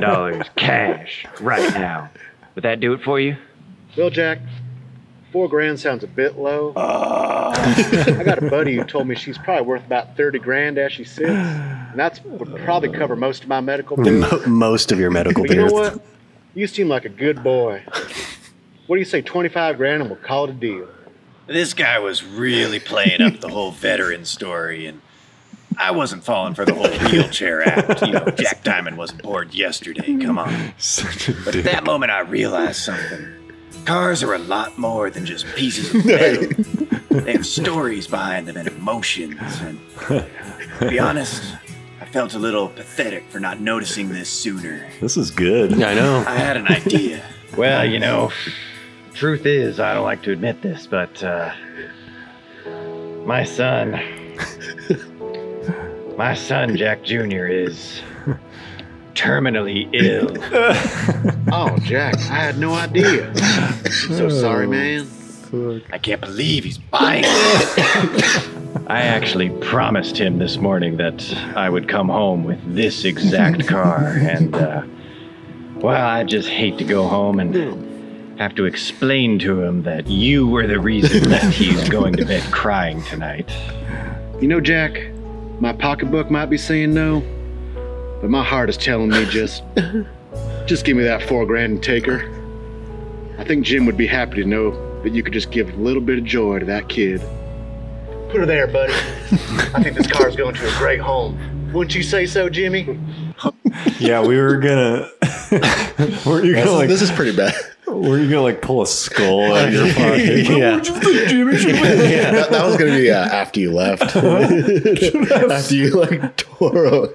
dollars cash right now. Would that do it for you?
Bill Jack, four grand sounds a bit low.
Uh.
I got a buddy who told me she's probably worth about thirty grand as she sits, and that's would probably cover most of my medical bills.
Mo- Most of your medical
But you know
bills.
what? You seem like a good boy. What do you say, twenty-five grand, and we'll call it a deal?
This guy was really playing up the whole veteran story, and I wasn't falling for the whole wheelchair act. You know, Jack Diamond wasn't bored yesterday. Come on. But at that moment, I realized something. Cars are a lot more than just pieces of metal. They have stories behind them and emotions. And to be honest, I felt a little pathetic for not noticing this sooner.
This is good.
I know.
I had an idea.
Well, you know, truth is, I don't like to admit this, but uh, my son, my son Jack Jr. is terminally ill.
Oh, Jack, I had no idea. I'm so sorry, man.
I can't believe he's buying it.
I actually promised him this morning that I would come home with this exact car, and uh, well, I just hate to go home and have to explain to him that you were the reason that he's going to bed crying tonight.
You know, Jack, my pocketbook might be saying no, but my heart is telling me just, just give me that four grand and take her. I think Jim would be happy to know that you could just give a little bit of joy to that kid. Put her there, buddy. I think this car's going to a great home. Wouldn't you say so, Jimmy?
Yeah, we were gonna. were you gonna
This, is,
like?
this is pretty bad.
were you gonna like pull a skull out of your pocket?
Yeah.
That, that was gonna be uh, after you left. after you like tore. away.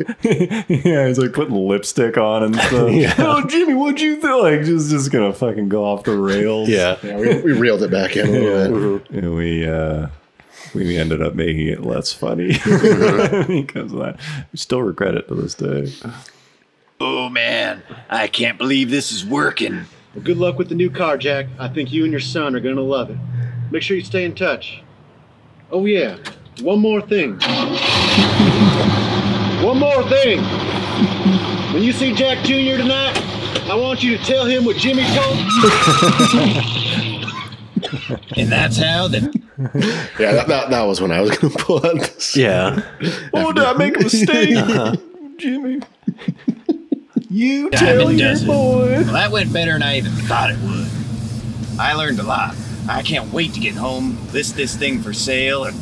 yeah, he's like putting lipstick on and stuff. Oh, Jimmy, what'd you think? Like, just just gonna fucking go off the rails.
Yeah.
Yeah, we, we reeled it back in a little bit.
and we uh, we ended up making it less funny because of that. We still regret it to this day.
Oh man, I can't believe this is working.
Good luck with the new car, Jack. I think you and your son are going to love it. Make sure you stay in touch. Oh, yeah. One more thing. One more thing. When you see Jack Jr. tonight, I want you to tell him what Jimmy told
And that's how the
Yeah, that, that, that was when I was gonna pull out this.
Yeah.
Oh, did I make a mistake, Jimmy? You tell
diamond
your
does it.
boy.
Well, that went better than I even thought it would. I learned a lot. I can't wait to get home, list this thing for sale, and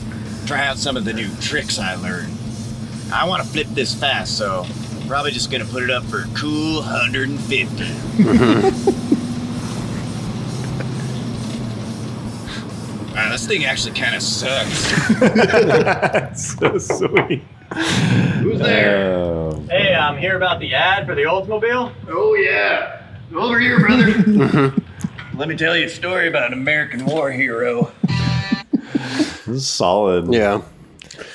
try out some of the new tricks I learned. I want to flip this fast, so I'm probably just gonna put it up for a cool 150. Wow, this thing actually kind of sucks.
so sweet.
Who's
Um,
Hey, I'm here about the ad for the Oldsmobile.
Oh yeah, over here, brother. Let me tell you a story about an American war hero.
this is solid.
Yeah.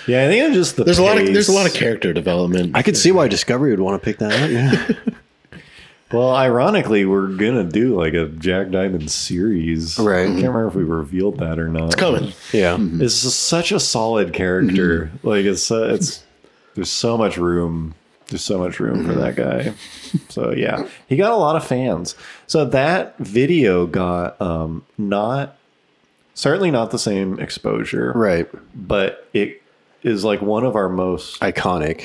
yeah. I think it's just the.
There's a lot of there's a lot of
pace.
character development.
I could see why Discovery would want to pick that up. Yeah.
Well, ironically, we're gonna do like a Jack Diamond series.
Right.
I can't remember if we revealed that or not. It's
coming.
Yeah.
It's just such a solid character. Like it's uh, it's there's so much room. There's so much room for that guy. So yeah, he got a lot of fans. So that video got um not certainly not the same exposure,
Right.
But it is like one of our most
Iconic.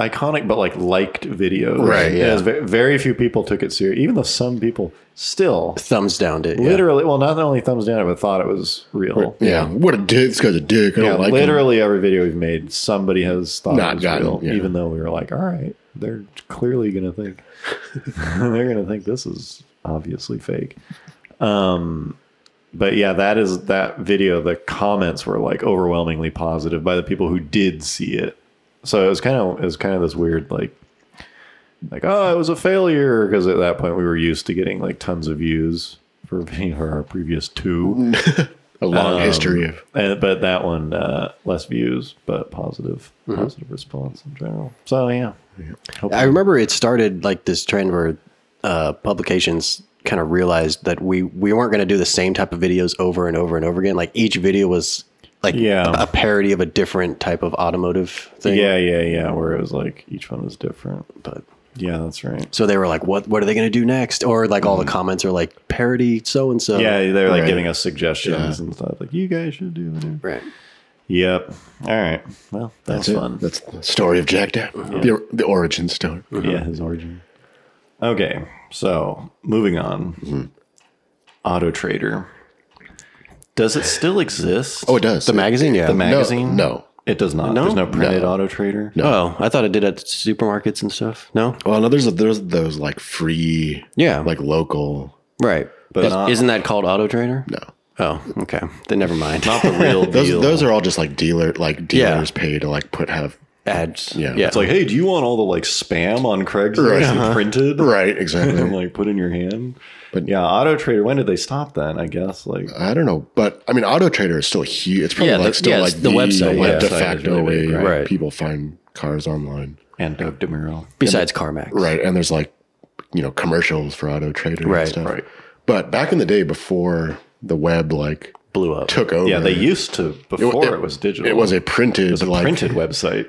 iconic but like liked videos.
Right, yeah.
It has ve- very few people took it serious, even though some people still
thumbs down it. yeah.
literally, well, not only thumbs down it, but thought it was real.
Yeah, what a dick. This guy's a dick. I
Yeah,
don't like him.
literally every video we've made, somebody has thought
Not
it was
gotten,
real,
yeah.
even though we were like, all right, they're clearly going to think they're going to think this is obviously fake. Um, but yeah, that is that video. The comments were like overwhelmingly positive by the people who did see it. So it was kind of it was kind of this weird like like oh it was a failure because at that point we were used to getting like tons of views for video for our previous two
a long
um,
history of
and, but that one uh, less views, but positive positive response in general. So yeah,
I remember it started like this trend where uh, publications kind of realized that we we weren't going to do the same type of videos over and over and over again. Like each video was like
Yeah.
a, a parody of a different type of automotive thing.
yeah, yeah, yeah. Where it was like each one was different, but yeah, that's right.
So they were like, "What what are they going to do next?" Or like all the comments are like parody so and so.
Mm. yeah, they're like
right.
giving us suggestions and stuff. Like you guys should do whatever.
Right.
Yep. All right. Well, that's,
that's it.
fun.
That's the story of Jack Dab. The, the origin story.
Yeah, his origin. Okay, so moving on. Auto Trader. Does it still exist?
Oh, it does.
The magazine, yeah.
The magazine?
no.
It does not. There's no printed
No.
Auto Trader.
Oh, I thought it did at supermarkets and stuff. No,
Well, no, there's there's those like free,
Yeah.
like local.
right.
But
Is-
not-
isn't that called Auto Trader?
No,
Oh, okay. Then never mind.
Not the real
those
deal.
those are all just like dealer like
Yeah.
dealers pay to like put have
ads.
Yeah.
It's like, hey, do you want all the like spam on Craigslist
Right. Uh-huh.
and printed?
right exactly.
And like put in your hand. But
But- Uh,
yeah, Auto Trader, when did they stop then? I guess like
I don't know, but I mean, Auto Trader is still huge. It's probably
Yeah,
like
the-
still
yeah,
like
it's the website,
like,
yeah.
de
Website is
facto
really
way
big,
right.
people find cars online,
and Doug DeMuro.
Besides CarMax,
right? And there's like you know commercials for Auto Trader,
Right,
and stuff.
right.
But back in the day, before the web like
Blew up.
took over,
Yeah, they used to before it, was digital.
It was a printed,
It was a
like
printed website.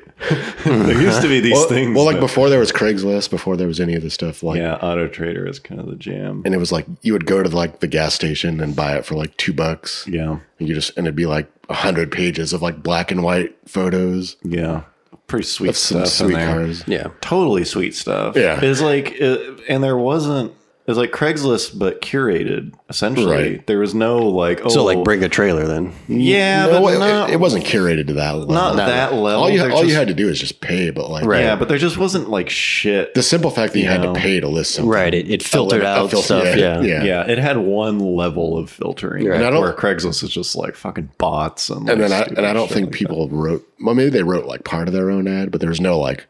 there used to be these
well,
things.
well, like
that-
before there was Craigslist, before there was any of this stuff, like
Yeah, Auto Trader is kind of the jam.
and it was like you would go to like the gas station and buy it for like two bucks.
yeah.
And you just and it'd be like a hundred pages of like black and white photos
Yeah. Pretty sweet
of some
stuff
sweet
in there.
cars.
Yeah.
Totally sweet stuff.
Yeah.
It's like uh and there wasn't it's like Craigslist but curated essentially.
Right.
There was no like oh
So like bring a trailer then.
Yeah,
No,
but
it,
not,
it- it wasn't curated to that level.
not that level.
all you
They're
all you
just-
had to do is just pay, but like
Yeah, but there just wasn't like shit.
the simple fact that you, had
know.
to pay to list something.
Right. It, it filtered
A
out
filter-
stuff.
yeah,
Yeah.
yeah.
yeah, it had one level of filtering.
And I don't-
where Craigslist is just like fucking bots and like,
And then I
stupid
and I don't
shit
think
like that.
people wrote. Well, maybe they wrote like part of their own ad, but there was no like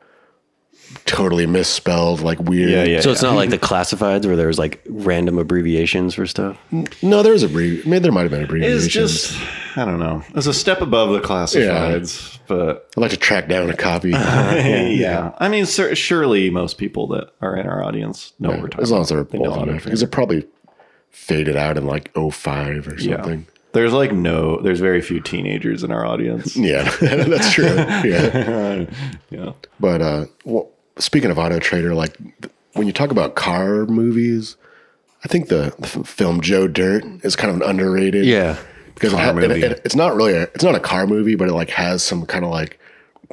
totally misspelled like weird.
Yeah, yeah.
So it's not like the classifieds where there's like random abbreviations for stuff.
No, there was a brief. Maybe there might have been
It's
abbreviations.
just I don't know. It's a step above the classifieds, but
I'd like to track down a copy.
yeah. I mean, sur- surely most people that are in our audience know what we're talking.
as long as they're
about. They know
old
how to
enough, because it probably faded out in like 05 or
Yeah.
something.
There's like no, there's very few teenagers in our audience.
Yeah, that's true. Yeah,
yeah.
but uh, well, speaking of Auto Trader, like th- when you talk about car movies, I think the, the f- film Joe Dirt is kind of an underrated. because it
Car
ha- it-
movie.
it- it's not really a, it's not a car movie, but it like has some kind of like.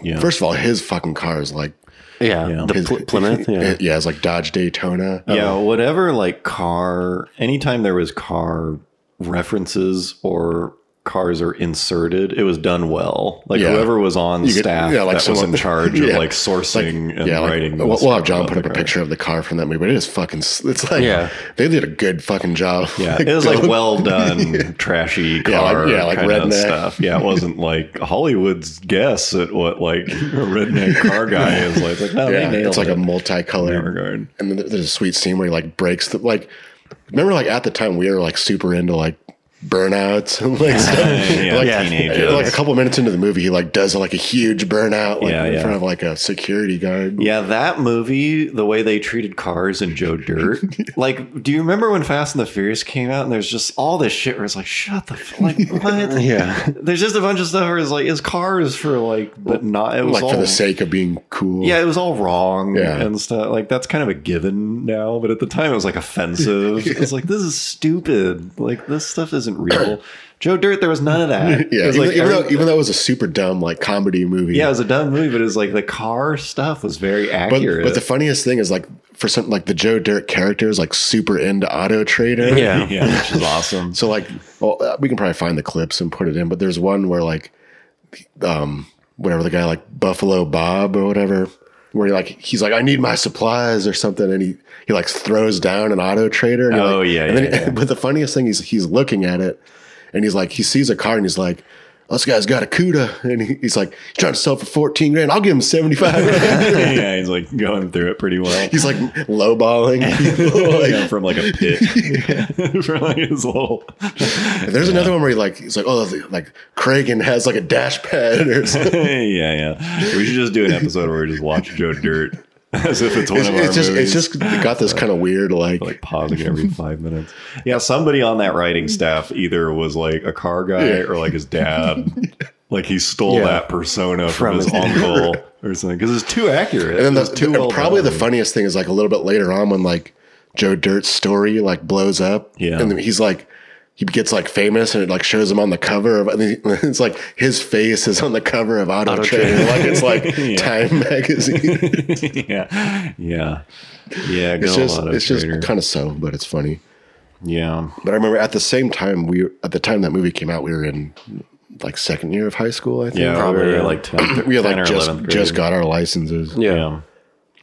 Yeah.
First of all, his fucking car is like
Yeah.
Yeah.
The
his,
Pl- Plymouth. Yeah.
Yeah. it's like Dodge Daytona.
Yeah, whatever like car anytime there was car references or cars are inserted, it was done well. Like
Yeah.
whoever was on
You could-
staff
yeah, like
that was in
someone-
charge
yeah.
of like sourcing and
like,
writing.
We'll,
was
we'll have
talking
John
about
put
the
up a
car.
picture of the car from that movie, but it is fucking. s- It's like
Yeah.
they did a good fucking job.
Yeah, it was like
building-
well done, trashy
Yeah, like-
car
yeah, like
kind of
redneck.
stuff. Yeah, it wasn't like Hollywood's guess at what like a redneck car guy is like. It's like no,
yeah,
they nailed
it's like
it
a
in that
multicolored.
regard.
And then there's a sweet scene where he like breaks the like. Remember, like at the time we were like super into like burnouts and like stuff.
Yeah,
like,
teenagers.
like a couple minutes into the movie, he like does like a huge burnout like
Yeah,
in
yeah.
front of like a security guard.
Yeah, that movie, the way they treated cars and Joe Dirt. like, do you remember when Fast and the Furious came out and there's just all this shit where it's like, shut the f- like what?
Yeah.
There's just a bunch of stuff where it's like, is cars for like, but not it was
like
all
for the sake of being cool.
yeah, it was all wrong
Yeah.
and stuff. Like that's kind of a given now, but at the time it was like offensive. it's like this is stupid. Like this stuff isn't isn't real. Joe Dirt, there was none of that.
Yeah,
it was
even,
like
even
every-
though even though it was a super dumb like comedy movie.
yeah, it was a dumb movie, but it was like the car stuff was very
but,
accurate.
but the funniest thing is like for something like the Joe Dirt character is like super into Auto Trader.
yeah, yeah, which is awesome.
So like, well, uh, we can probably find the clips and put it in. But there's one where like, um, whatever the guy like Buffalo Bob or whatever, where he like he's like, I need my supplies or something, and he he like throws down an auto trader. And you're
Oh,
like-
yeah,
and then-
yeah, yeah.
But the funniest thing is he's looking at it, and he's like, he sees a car, and he's like. "Oh, This guy's got a CUDA, and he, he's like he's trying to sell for fourteen grand. I'll give him seventy five.
yeah, he's like going through it pretty well.
he's like lowballing people. Like,
Yeah, from like a pit, from like his little
And There's another one where he like he's like, oh, the- like Kragan has like a dash pad or something.
yeah, yeah. We should just do an episode where we just watch Joe Dirt as if it's one
It's,
of our
it's just
movies.
it's just got this kind of weird like,
like pausing every five minutes. Yeah, somebody on that writing staff either was like a car guy
Yeah.
or like his dad. like he stole
Yeah.
that persona from,
From
his
his-
uncle or something because it's too accurate.
and then
It's
the,
too
and
well
probably
done.
the funniest thing is like a little bit later on when like Joe Dirt's story like blows up.
Yeah.
And then he's like he gets like famous and it like shows him on the cover of and then it's like his face is on the cover of Auto, Trader. Like it's like Time magazine.
yeah, yeah, yeah.
It's
go
just
Auto
it's just
Trader.
kind of so, but it's funny.
yeah.
But I remember at the same time we at the time that movie came out, we were in like second year of high school, I think.
Yeah,
Probably,
we were
yeah.
like 10,
we had
10 or
like just
11th grade.
just got our licenses.
Yeah.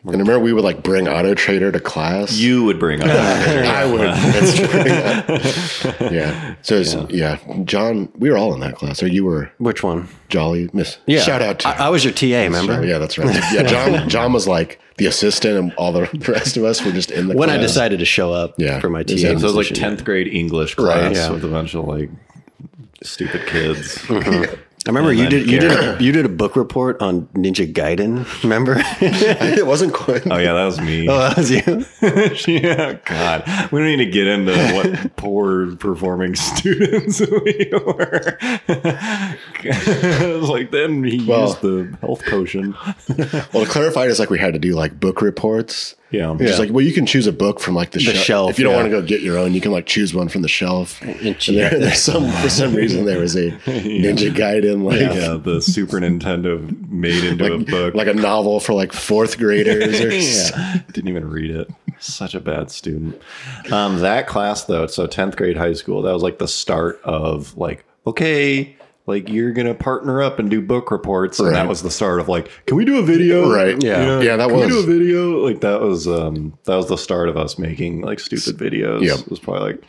And I remember we would like bring Auto Trader to class.
you would bring up.
I would. That's true. yeah. So it's, yeah. John, we were all in that class. Or you were
Which one?
Jolly Miss.
Yeah.
Shout out to.
I, I was your TA,
Oh,
remember?
yeah, that's right. Yeah, John. John was like the assistant, and all the rest of us were just in the.
When I
class.
decided to show up
Yeah.
for my TA.
Exactly.
So it was like
position.
tenth grade English class
Yeah.
with a bunch of like stupid kids.
I remember you
then
did you did a, you did a book report on Ninja Gaiden. Remember?
it wasn't quite.
Oh yeah, that was me.
oh, that was you.
yeah, God, we don't need to get into what poor performing students we were. it was like then he
Well-
used the health potion.
Well, to clarify, it's like we had to do like book reports.
Yeah,
It's like, well, you can choose a book from like the, shel-
shelf,
If you don't
yeah.
want to go get your own, you can like choose one from the shelf. And there, there's some for some reason there was a Ninja Gaiden like uh,
yeah, the Super Nintendo made into a book.
like a novel for like fourth graders or something.
yeah. Didn't even read it. Such a bad student. Um, that class though, so tenth grade high school, that was like the start of like, okay, like you're gonna partner up and do book reports, and that
Right.
was the start of like, can we do a video?
Right.
You
Yeah.
know,
Yeah, that
can
was-
we do a video. Like that was um that was the start of us making like stupid videos.
Yep.
It was probably like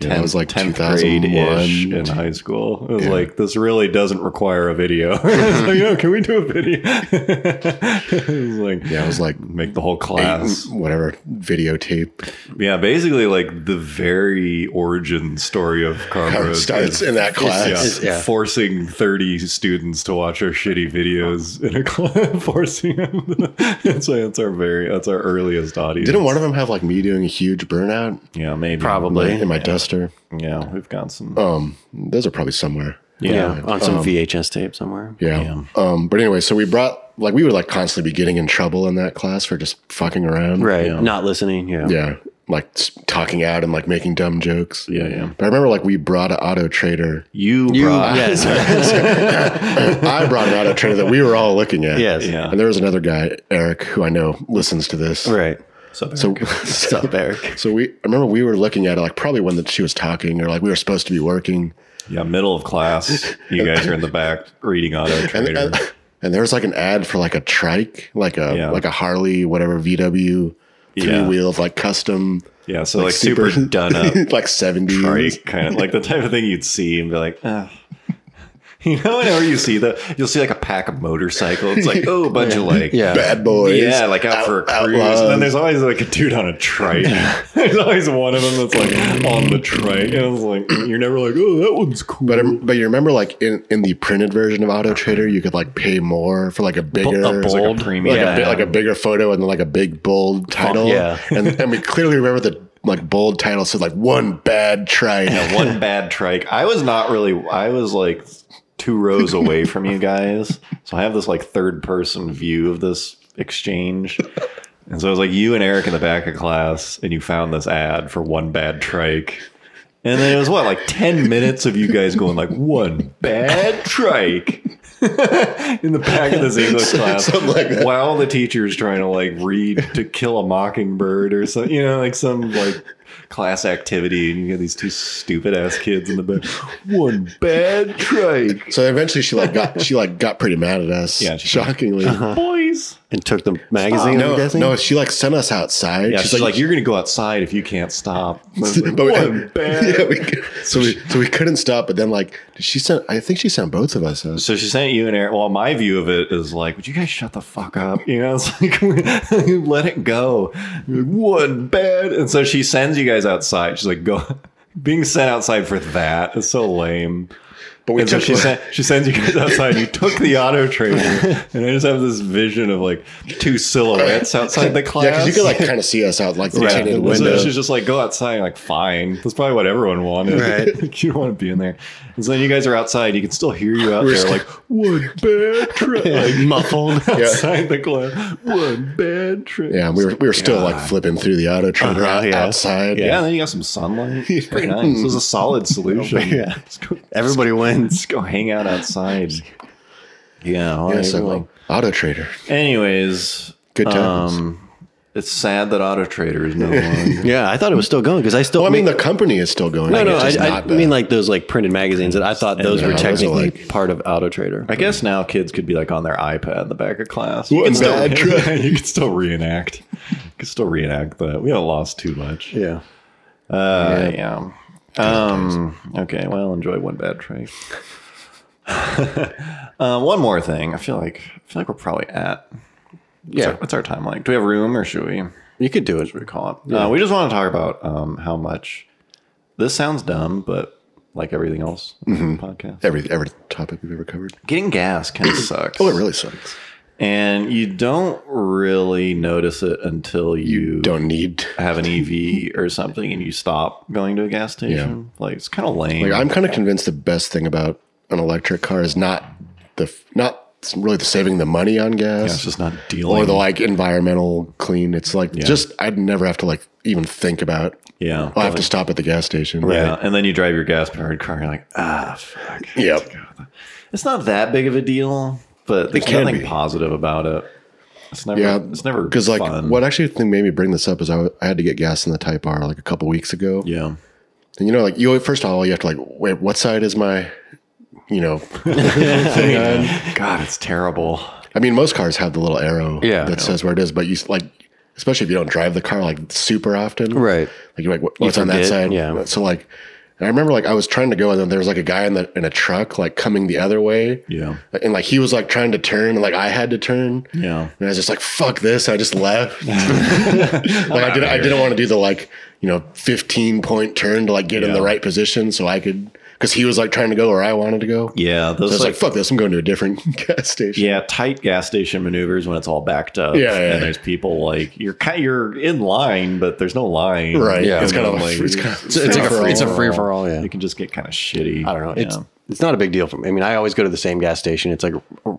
Yeah, that
10th,
was like
10th grade
2001.
in high school. It was
Yeah.
like, this really doesn't require a video. It's like, no, can we do a video? it was like,
Yeah, it was like
make the whole
eight,
class.
whatever videotape
Yeah, basically like the very origin story of
how
Conrad
it starts
is-
in that class.
yeah,
It's- yeah.
forcing thirty students to watch our shitty videos in a class, forcing them. That's why that's our very that's our earliest audience.
Didn't one of them have like me doing a huge burnout
Yeah, maybe
in my duster?
Yeah, we've got some.
Um, those are probably somewhere. Um,
Yeah, on some VHS tape somewhere.
Yeah. Um, but anyway, so we brought like we would like constantly be getting in trouble in that class for just fucking around.
Right. Not listening. Yeah.
Yeah. Like s- talking out and like making dumb jokes.
Yeah, yeah.
But I remember like we brought an auto trader.
You,
You,
brought
yes.
I brought an auto trader that we were all looking at.
Yes.
Yeah.
And there was another guy, Eric, who I know listens to this.
Right.
So,
Stop, Eric.
so we I remember we were looking at it like probably when that she was talking or like we were supposed to be working.
yeah, middle of class. You guys are in the back reading Auto
And, uh,
Trader.
and, and there was like an ad for like a trike, like a
Yeah.
like a Harley, whatever VW three
Yeah.
wheels, like custom,
yeah, so like, super, done up
like seventies.
trike, kind of like the type of thing you'd see and be like, ah. You know, whenever you see the, you'll see like a pack of motorcycles. It's like, oh, a bunch of like,
Yeah.
Bad boys.
yeah, like out, for a cruise. And then there's always like a dude on a trike. there's always one of them that's like on the trike, and it's like you're never like, oh, that one's cool.
But, I'm- but you remember, like in, in the printed version of Auto Trader, you could like pay more for like a bigger, it was, like,
bold premium.
like, a, bi-
Yeah.
like a bigger photo and then like a big bold title.
yeah.
and, and we clearly remember the like bold title said like one bad try.
Yeah, one bad trike. I was not really. I was like two rows away from you guys, so I have this like third person view of this exchange. And so it was like you and Eric in the back of class, and you found this ad for one bad trike. And then it was what, like 10 minutes of you guys going like one bad trike in the back of this English class.
Something like that.
While the teacher's trying to like read to kill a mockingbird or something, you know, like some like class activity and you get these two stupid ass kids in the back. One bad trike.
So eventually, she like got she like got pretty mad at us.
Yeah, she-
shockingly.
Uh-huh.
Uh,
Boys.
and took the magazine. I'm
Ah, No,
guessing.
no, she like sent us outside.
Yeah, she's, like, you're going to go outside if you can't stop. I was like,
But we-
one bad
yeah, we, so we so we couldn't stop. But then like she sent, I think she sent both of us. Out.
So she sent you an air. Well, my view of it is like, would you guys shut the fuck up? You know, it's like, let it go. One bad. And so she sends you guys outside. She's like, go. Being sent outside for that is so lame.
But we
And so
took
she, sent, she sends you guys outside. You took the auto trainer. And I just have this vision of like two silhouettes outside the class.
yeah, because you could like kind of see us out like the
Yeah.
tinted
And
window.
So she's just like, go outside. like, fine. That's probably what everyone wanted. Right. you don't want to be in there. And so then you guys are outside. You can still hear you out
We're
there,
just-
like, one bad trip. Like, muffled outside the club. One bad trip.
yeah, we were we were still like flipping through the auto trader
Uh-huh, yeah.
outside.
Yeah, and then you got some sunlight. It's pretty nice. It was a solid solution.
Yeah.
Let's go,
Everybody wins.
let's go hang out outside. Yeah. all
Yeah,
right,
so
everyone.
like auto trader.
Anyways.
Good times.
Um, it's sad that Auto Trader is no longer.
Yeah, I thought it was still going because I still.
Well, I mean, the company is still going.
no, no,
It's just
I, I
not bad.
mean like those like printed magazines that I thought those
Yeah,
were
those are
technically
like-
part of Auto Trader.
I guess now kids could be like on their iPad in the back of class.
What
can
bad
still,
trip.
you can still reenact. You can still reenact that. We haven't lost too much.
Yeah.
Uh, yeah. Um, okay. Well, enjoy one bad trait. um, one more thing. I feel like I feel like we're probably at. Yeah. What's our, what's our time like? Do we have room, or should we?
You could do it.
Should we call it? Uh, we just want to talk about um, how much. This sounds dumb, but like everything else in
Mm-hmm.
the podcast,
every every topic we've ever covered.
getting gas kind of sucks.
Oh, it really sucks.
and you don't really notice it until you,
Don't need.
have an EV or something, and you stop going to a gas station. Like it's kind of lame.
Like, I'm kind of convinced the best thing about an electric car is not the not really the saving the money on gas.
Yeah, it's just not dealing.
or the like environmental clean. It's like just I'd never have to like even think about.
Yeah.
I have to stop at the gas station.
yeah, and then you drive your gas powered car, and you're like, ah, fuck.
Yep.
It's not that big of a deal, but there's
can
nothing
be.
positive about it. It's never.
Yeah.
It's never
because like
fun.
what actually thing made me bring this up is I, I had to get gas in the Type R like a couple weeks ago.
Yeah.
And you know like you first of all you have to like wait what side is my you know
God, it's terrible.
I mean most cars have the little arrow
Yeah, I
that
know.
says where it is but you s- like especially if you don't drive the car like super often
Right.
Like you're like, what- what's on that
forget,
side?
yeah.
So like, and I remember like I was trying to go, and then there was like a guy in the in a truck like coming the other way.
Yeah.
And like he was like trying to turn, and like I had to turn.
Yeah.
And I was just like, fuck this. I just left. like I didn't I didn't want to do the like, you know, 15 point turn to like get in the
Yeah.
right position so I could because he was like trying to go where I wanted to go.
Yeah.
So I
Those
was like,
like
fuck this, I'm going to a different gas station.
Yeah, tight gas station maneuvers when it's all backed up.
Yeah, yeah.
and there's people like you're kind you're in line, but there's no line.
Right.
Yeah.
It's kind of
And,
like
like,
it's kind of
It's, it's like a, it's a free for all. Yeah.
It can just get kind of shitty.
I don't know. It's
yeah.
it's not a big deal for me. I mean, I always go to the same gas station. It's like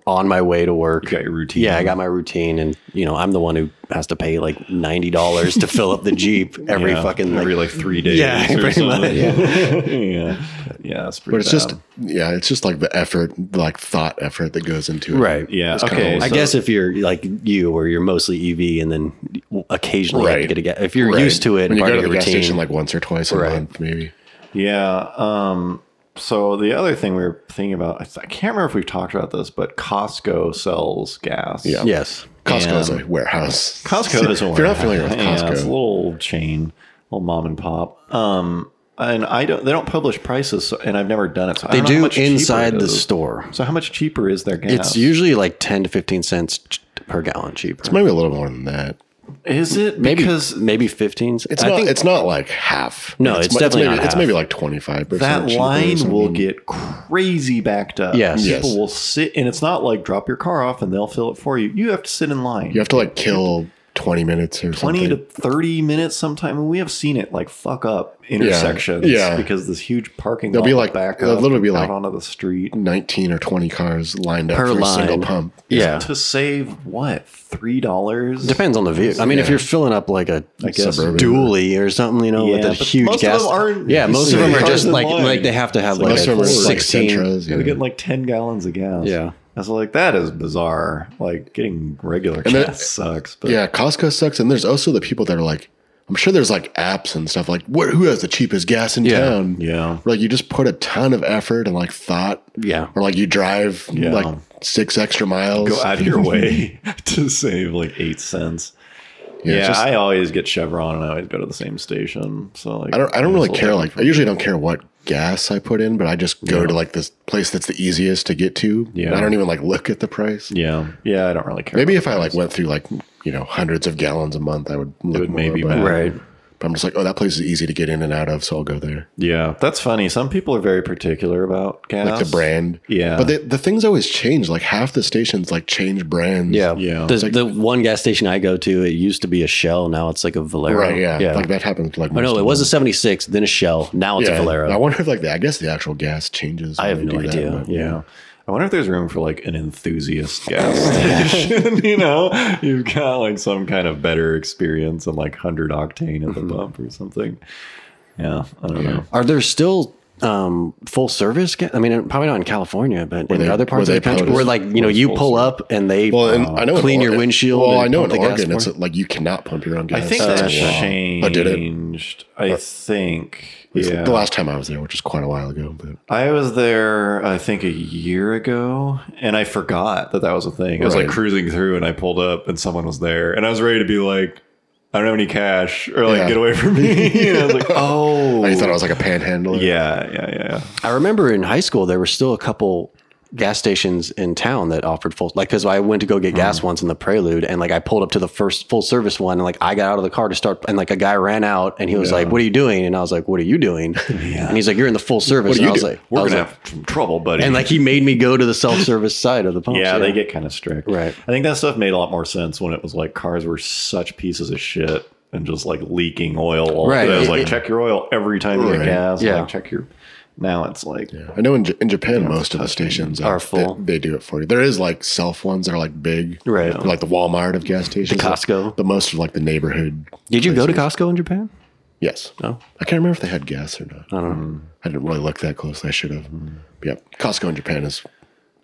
on my way to work.
you got your routine.
Yeah, I got my routine, and you know, I'm the one who has to pay like ninety dollars to fill up the Jeep every
Yeah,
fucking like,
every like three days.
Yeah,
or
pretty much,
something. yeah, yeah, it's pretty.
but it's
bad.
just yeah, it's just like the effort, like thought effort that goes into it.
right.
yeah.
it's kinda
Okay,
I
so-
guess if you're like you, where you're mostly EV, and then occasionally have
Right.
to get a gas. If you're
Right.
used to it,
When
and
you
part
go to
of
the
your
gas
routine,
station like once or twice a
Right.
month, maybe.
Yeah. Um, so the other thing we were thinking about, I I can't remember if we've talked about this, but Costco sells gas. Yeah.
yes,
Costco is
And-
a warehouse.
Costco is a
If you're not familiar with
Yeah, it's a
Costco,
little chain, little mom and pop. Um, and I don't. They don't publish prices, so, and I've never done it. So I
they
don't know how
do
much cheaper
inside
it
the
is.
store.
So how much cheaper is their gas?
It's usually like ten to fifteen cents ch- per gallon cheaper.
maybe a little more than that.
Is it
Maybe
because
maybe fifteen.
It's not. it's not like half.
No, it's
mu-
definitely
maybe,
not
It's
half.
maybe like twenty five percent.
that line will get crazy backed up?
Yes.
people
Yes.
will sit, and it's not like drop your car off and they'll fill it for you. You have to sit in line.
You have to like kill twenty minutes or
20 to
something.
30 minutes sometime and we have seen it like fuck up intersections
yeah.
because this huge parking
They'll
lot
be
will
like-
back
they'll
up
literally be
out
like-
onto the street
nineteen or twenty cars lined up
Per
for a single
line.
pump.
Yeah.
to save what three dollars
Depends on the vehicle. I mean, if
Yeah.
you're filling up like a
guess.
suburban dually or something, you know, with
Yeah,
a
but
huge
most of
gas.
them aren't-
yeah, most of them are
cars
just
in
like
line.
like they have to have like
Most of
a
them are like
sixteen.
Sentras,
They're
yeah.
getting like 10 gallons of gas
Yeah.
I was like, that is bizarre. Like getting regular
then-
gas sucks. But
Yeah, Costco sucks, and there's also the people that are like, I'm sure there's like apps and stuff like, what, who has the cheapest gas in
Yeah.
town?
yeah,
Where, like you just put a ton of effort and like thought,
Yeah.
or like you drive
Yeah.
like six extra miles.
go out of your way to save like eight cents. Yeah,
it's just-
I always get Chevron and I always go to the same station. So like,
I don't. I don't really
it's a
care.
little
Like I usually don't care what gas I put in, but I just go to like this place that's the easiest to get to.
Yeah.
I don't even like look at the price.
yeah, yeah, I don't really care.
Maybe if I like went through like you know hundreds of gallons a month, I would look
would
more,
maybe
but-
matter.
Right.
But I'm just like, oh, that place is easy to get in and out of, so I'll go there.
Yeah, that's funny. Some people are very particular about gas.
Like the brand,
Yeah.
But the the things always change. Like half the stations like change brands.
Yeah.
Yeah.
The, the one gas station I go to, it used to be a Shell. Now it's like a Valero.
Right. Yeah.
Yeah.
Like that happens. Like
oh,
most
no, it
of
was a
them.
76, then a Shell. Now it's
yeah.
a Valero.
I wonder if like the, I guess the actual gas changes.
I
when
have
they
no
do that,
idea.
but-
Yeah. I wonder if there's room for like an enthusiast gas station. you know, you've got like some kind of better experience and like 100 octane at the pump or something. Yeah. I don't know.
Are there still um, full service? Ga- I mean, probably not in California, but in
they-
other parts
where
of the
they
country,
put-
where like you know you pull up and they
Well, and
uh,
I know in
clean your
Oregon-
windshield.
Well, I
and
know in
pump the gas
Oregon,
for
it's
it. Oh,
like you cannot pump your own
I
gas.
think
That's
that
a law.
changed.
I did it Uh,
I think. Yeah.
the last time I was there, which was quite a while ago. But
I was there, I think, a year ago, and I forgot that that was a thing. I was like
Right.
cruising through, and I pulled up, and someone was there, and I was ready to be like, "I don't have any cash," or like,
Yeah.
"Get away from me!" And I was like, "Oh,
I thought I was like a panhandler.
yeah, yeah, yeah."
I remember in high school there were still a couple gas stations in town that offered full like because I went to go get gas
Mm.
once in the Prelude and like I pulled up to the first full service one and like I got out of the car to start and like a guy ran out and he was like, "What are you doing?" And I was like, "What are you doing?" And he's like, "You're in the full service."
What do
and
you
I was
do?
like, I
We're
was
gonna
like-
have some trouble, buddy.
and like he made me go to the self service side of the pump.
yeah, they get kind of strict.
Right.
I think that stuff made a lot more sense when it was like cars were such pieces of shit and just like leaking oil. All
Right.
right. It was
It-
like
it-
check your oil every time you get
Right.
gas.
Yeah.
Like, check your. Now it's like. "Oh,
I know in, J- in Japan, most of the stations
Are
they-
full.
They, do it for you. There is like self ones that are like big,
Right.
Like the Walmart of gas stations,
Costco.
but most of like the neighborhood.
Did you go to Costco in Japan?
Yes.
No.
I can't remember if they had gas or not.
Oh.
Hmm.
I don't know.
I didn't really look that closely. I should have. But yeah, Costco in Japan is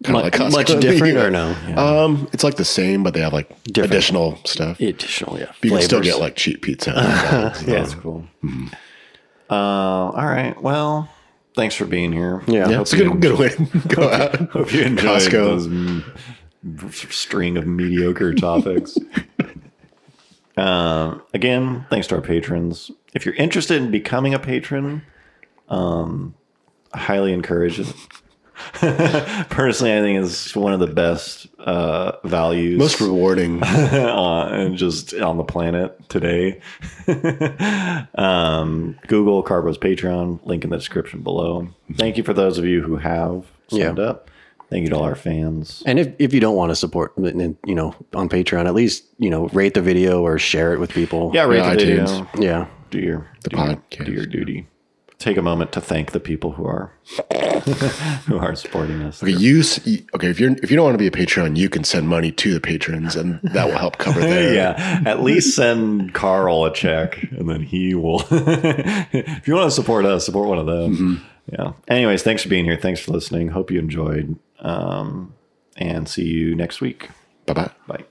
kind
Mu-
of like Costco
much
in the
different
US.
or no?
Um, it's like the same, but they have like
Different.
additional stuff.
Additional, yeah.
you can still
flavors.
get like cheap pizza. yeah.
That's cool. Uh, all right. Well, thanks for being here.
Yeah.
Yeah, it's a good, good way to go out.
Hope you enjoyed
Costco.
those mm, string of mediocre topics. um, again, thanks to our patrons. If you're interested in becoming a patron, um, I highly encourage it. Personally, I think it's one of the best uh, values
Most rewarding.
uh, and just on the planet today. um, Google Carbo's Patreon link in the description below. Thank you for those of you who have signed
Yeah.
up. Thank you to all our fans.
And if, if you don't want to support, you know, on Patreon, at least, you know, rate the video or share it with people.
Yeah, rate
Yeah,
the video.
iTunes.
Yeah.
Do your the do Your,
podcast.
do your duty. Take a moment to thank the people who are who are supporting us.
Okay, you s- you- okay? If you're if you don't want to be a patron, you can send money to the patrons, and that will help cover their
Yeah, at least send Carl a check, and then he will. if you want to support us, support one of them. Yeah. Anyways, thanks for being here. Thanks for listening. Hope you enjoyed. Um, and see you next week.
Bye bye.
Bye.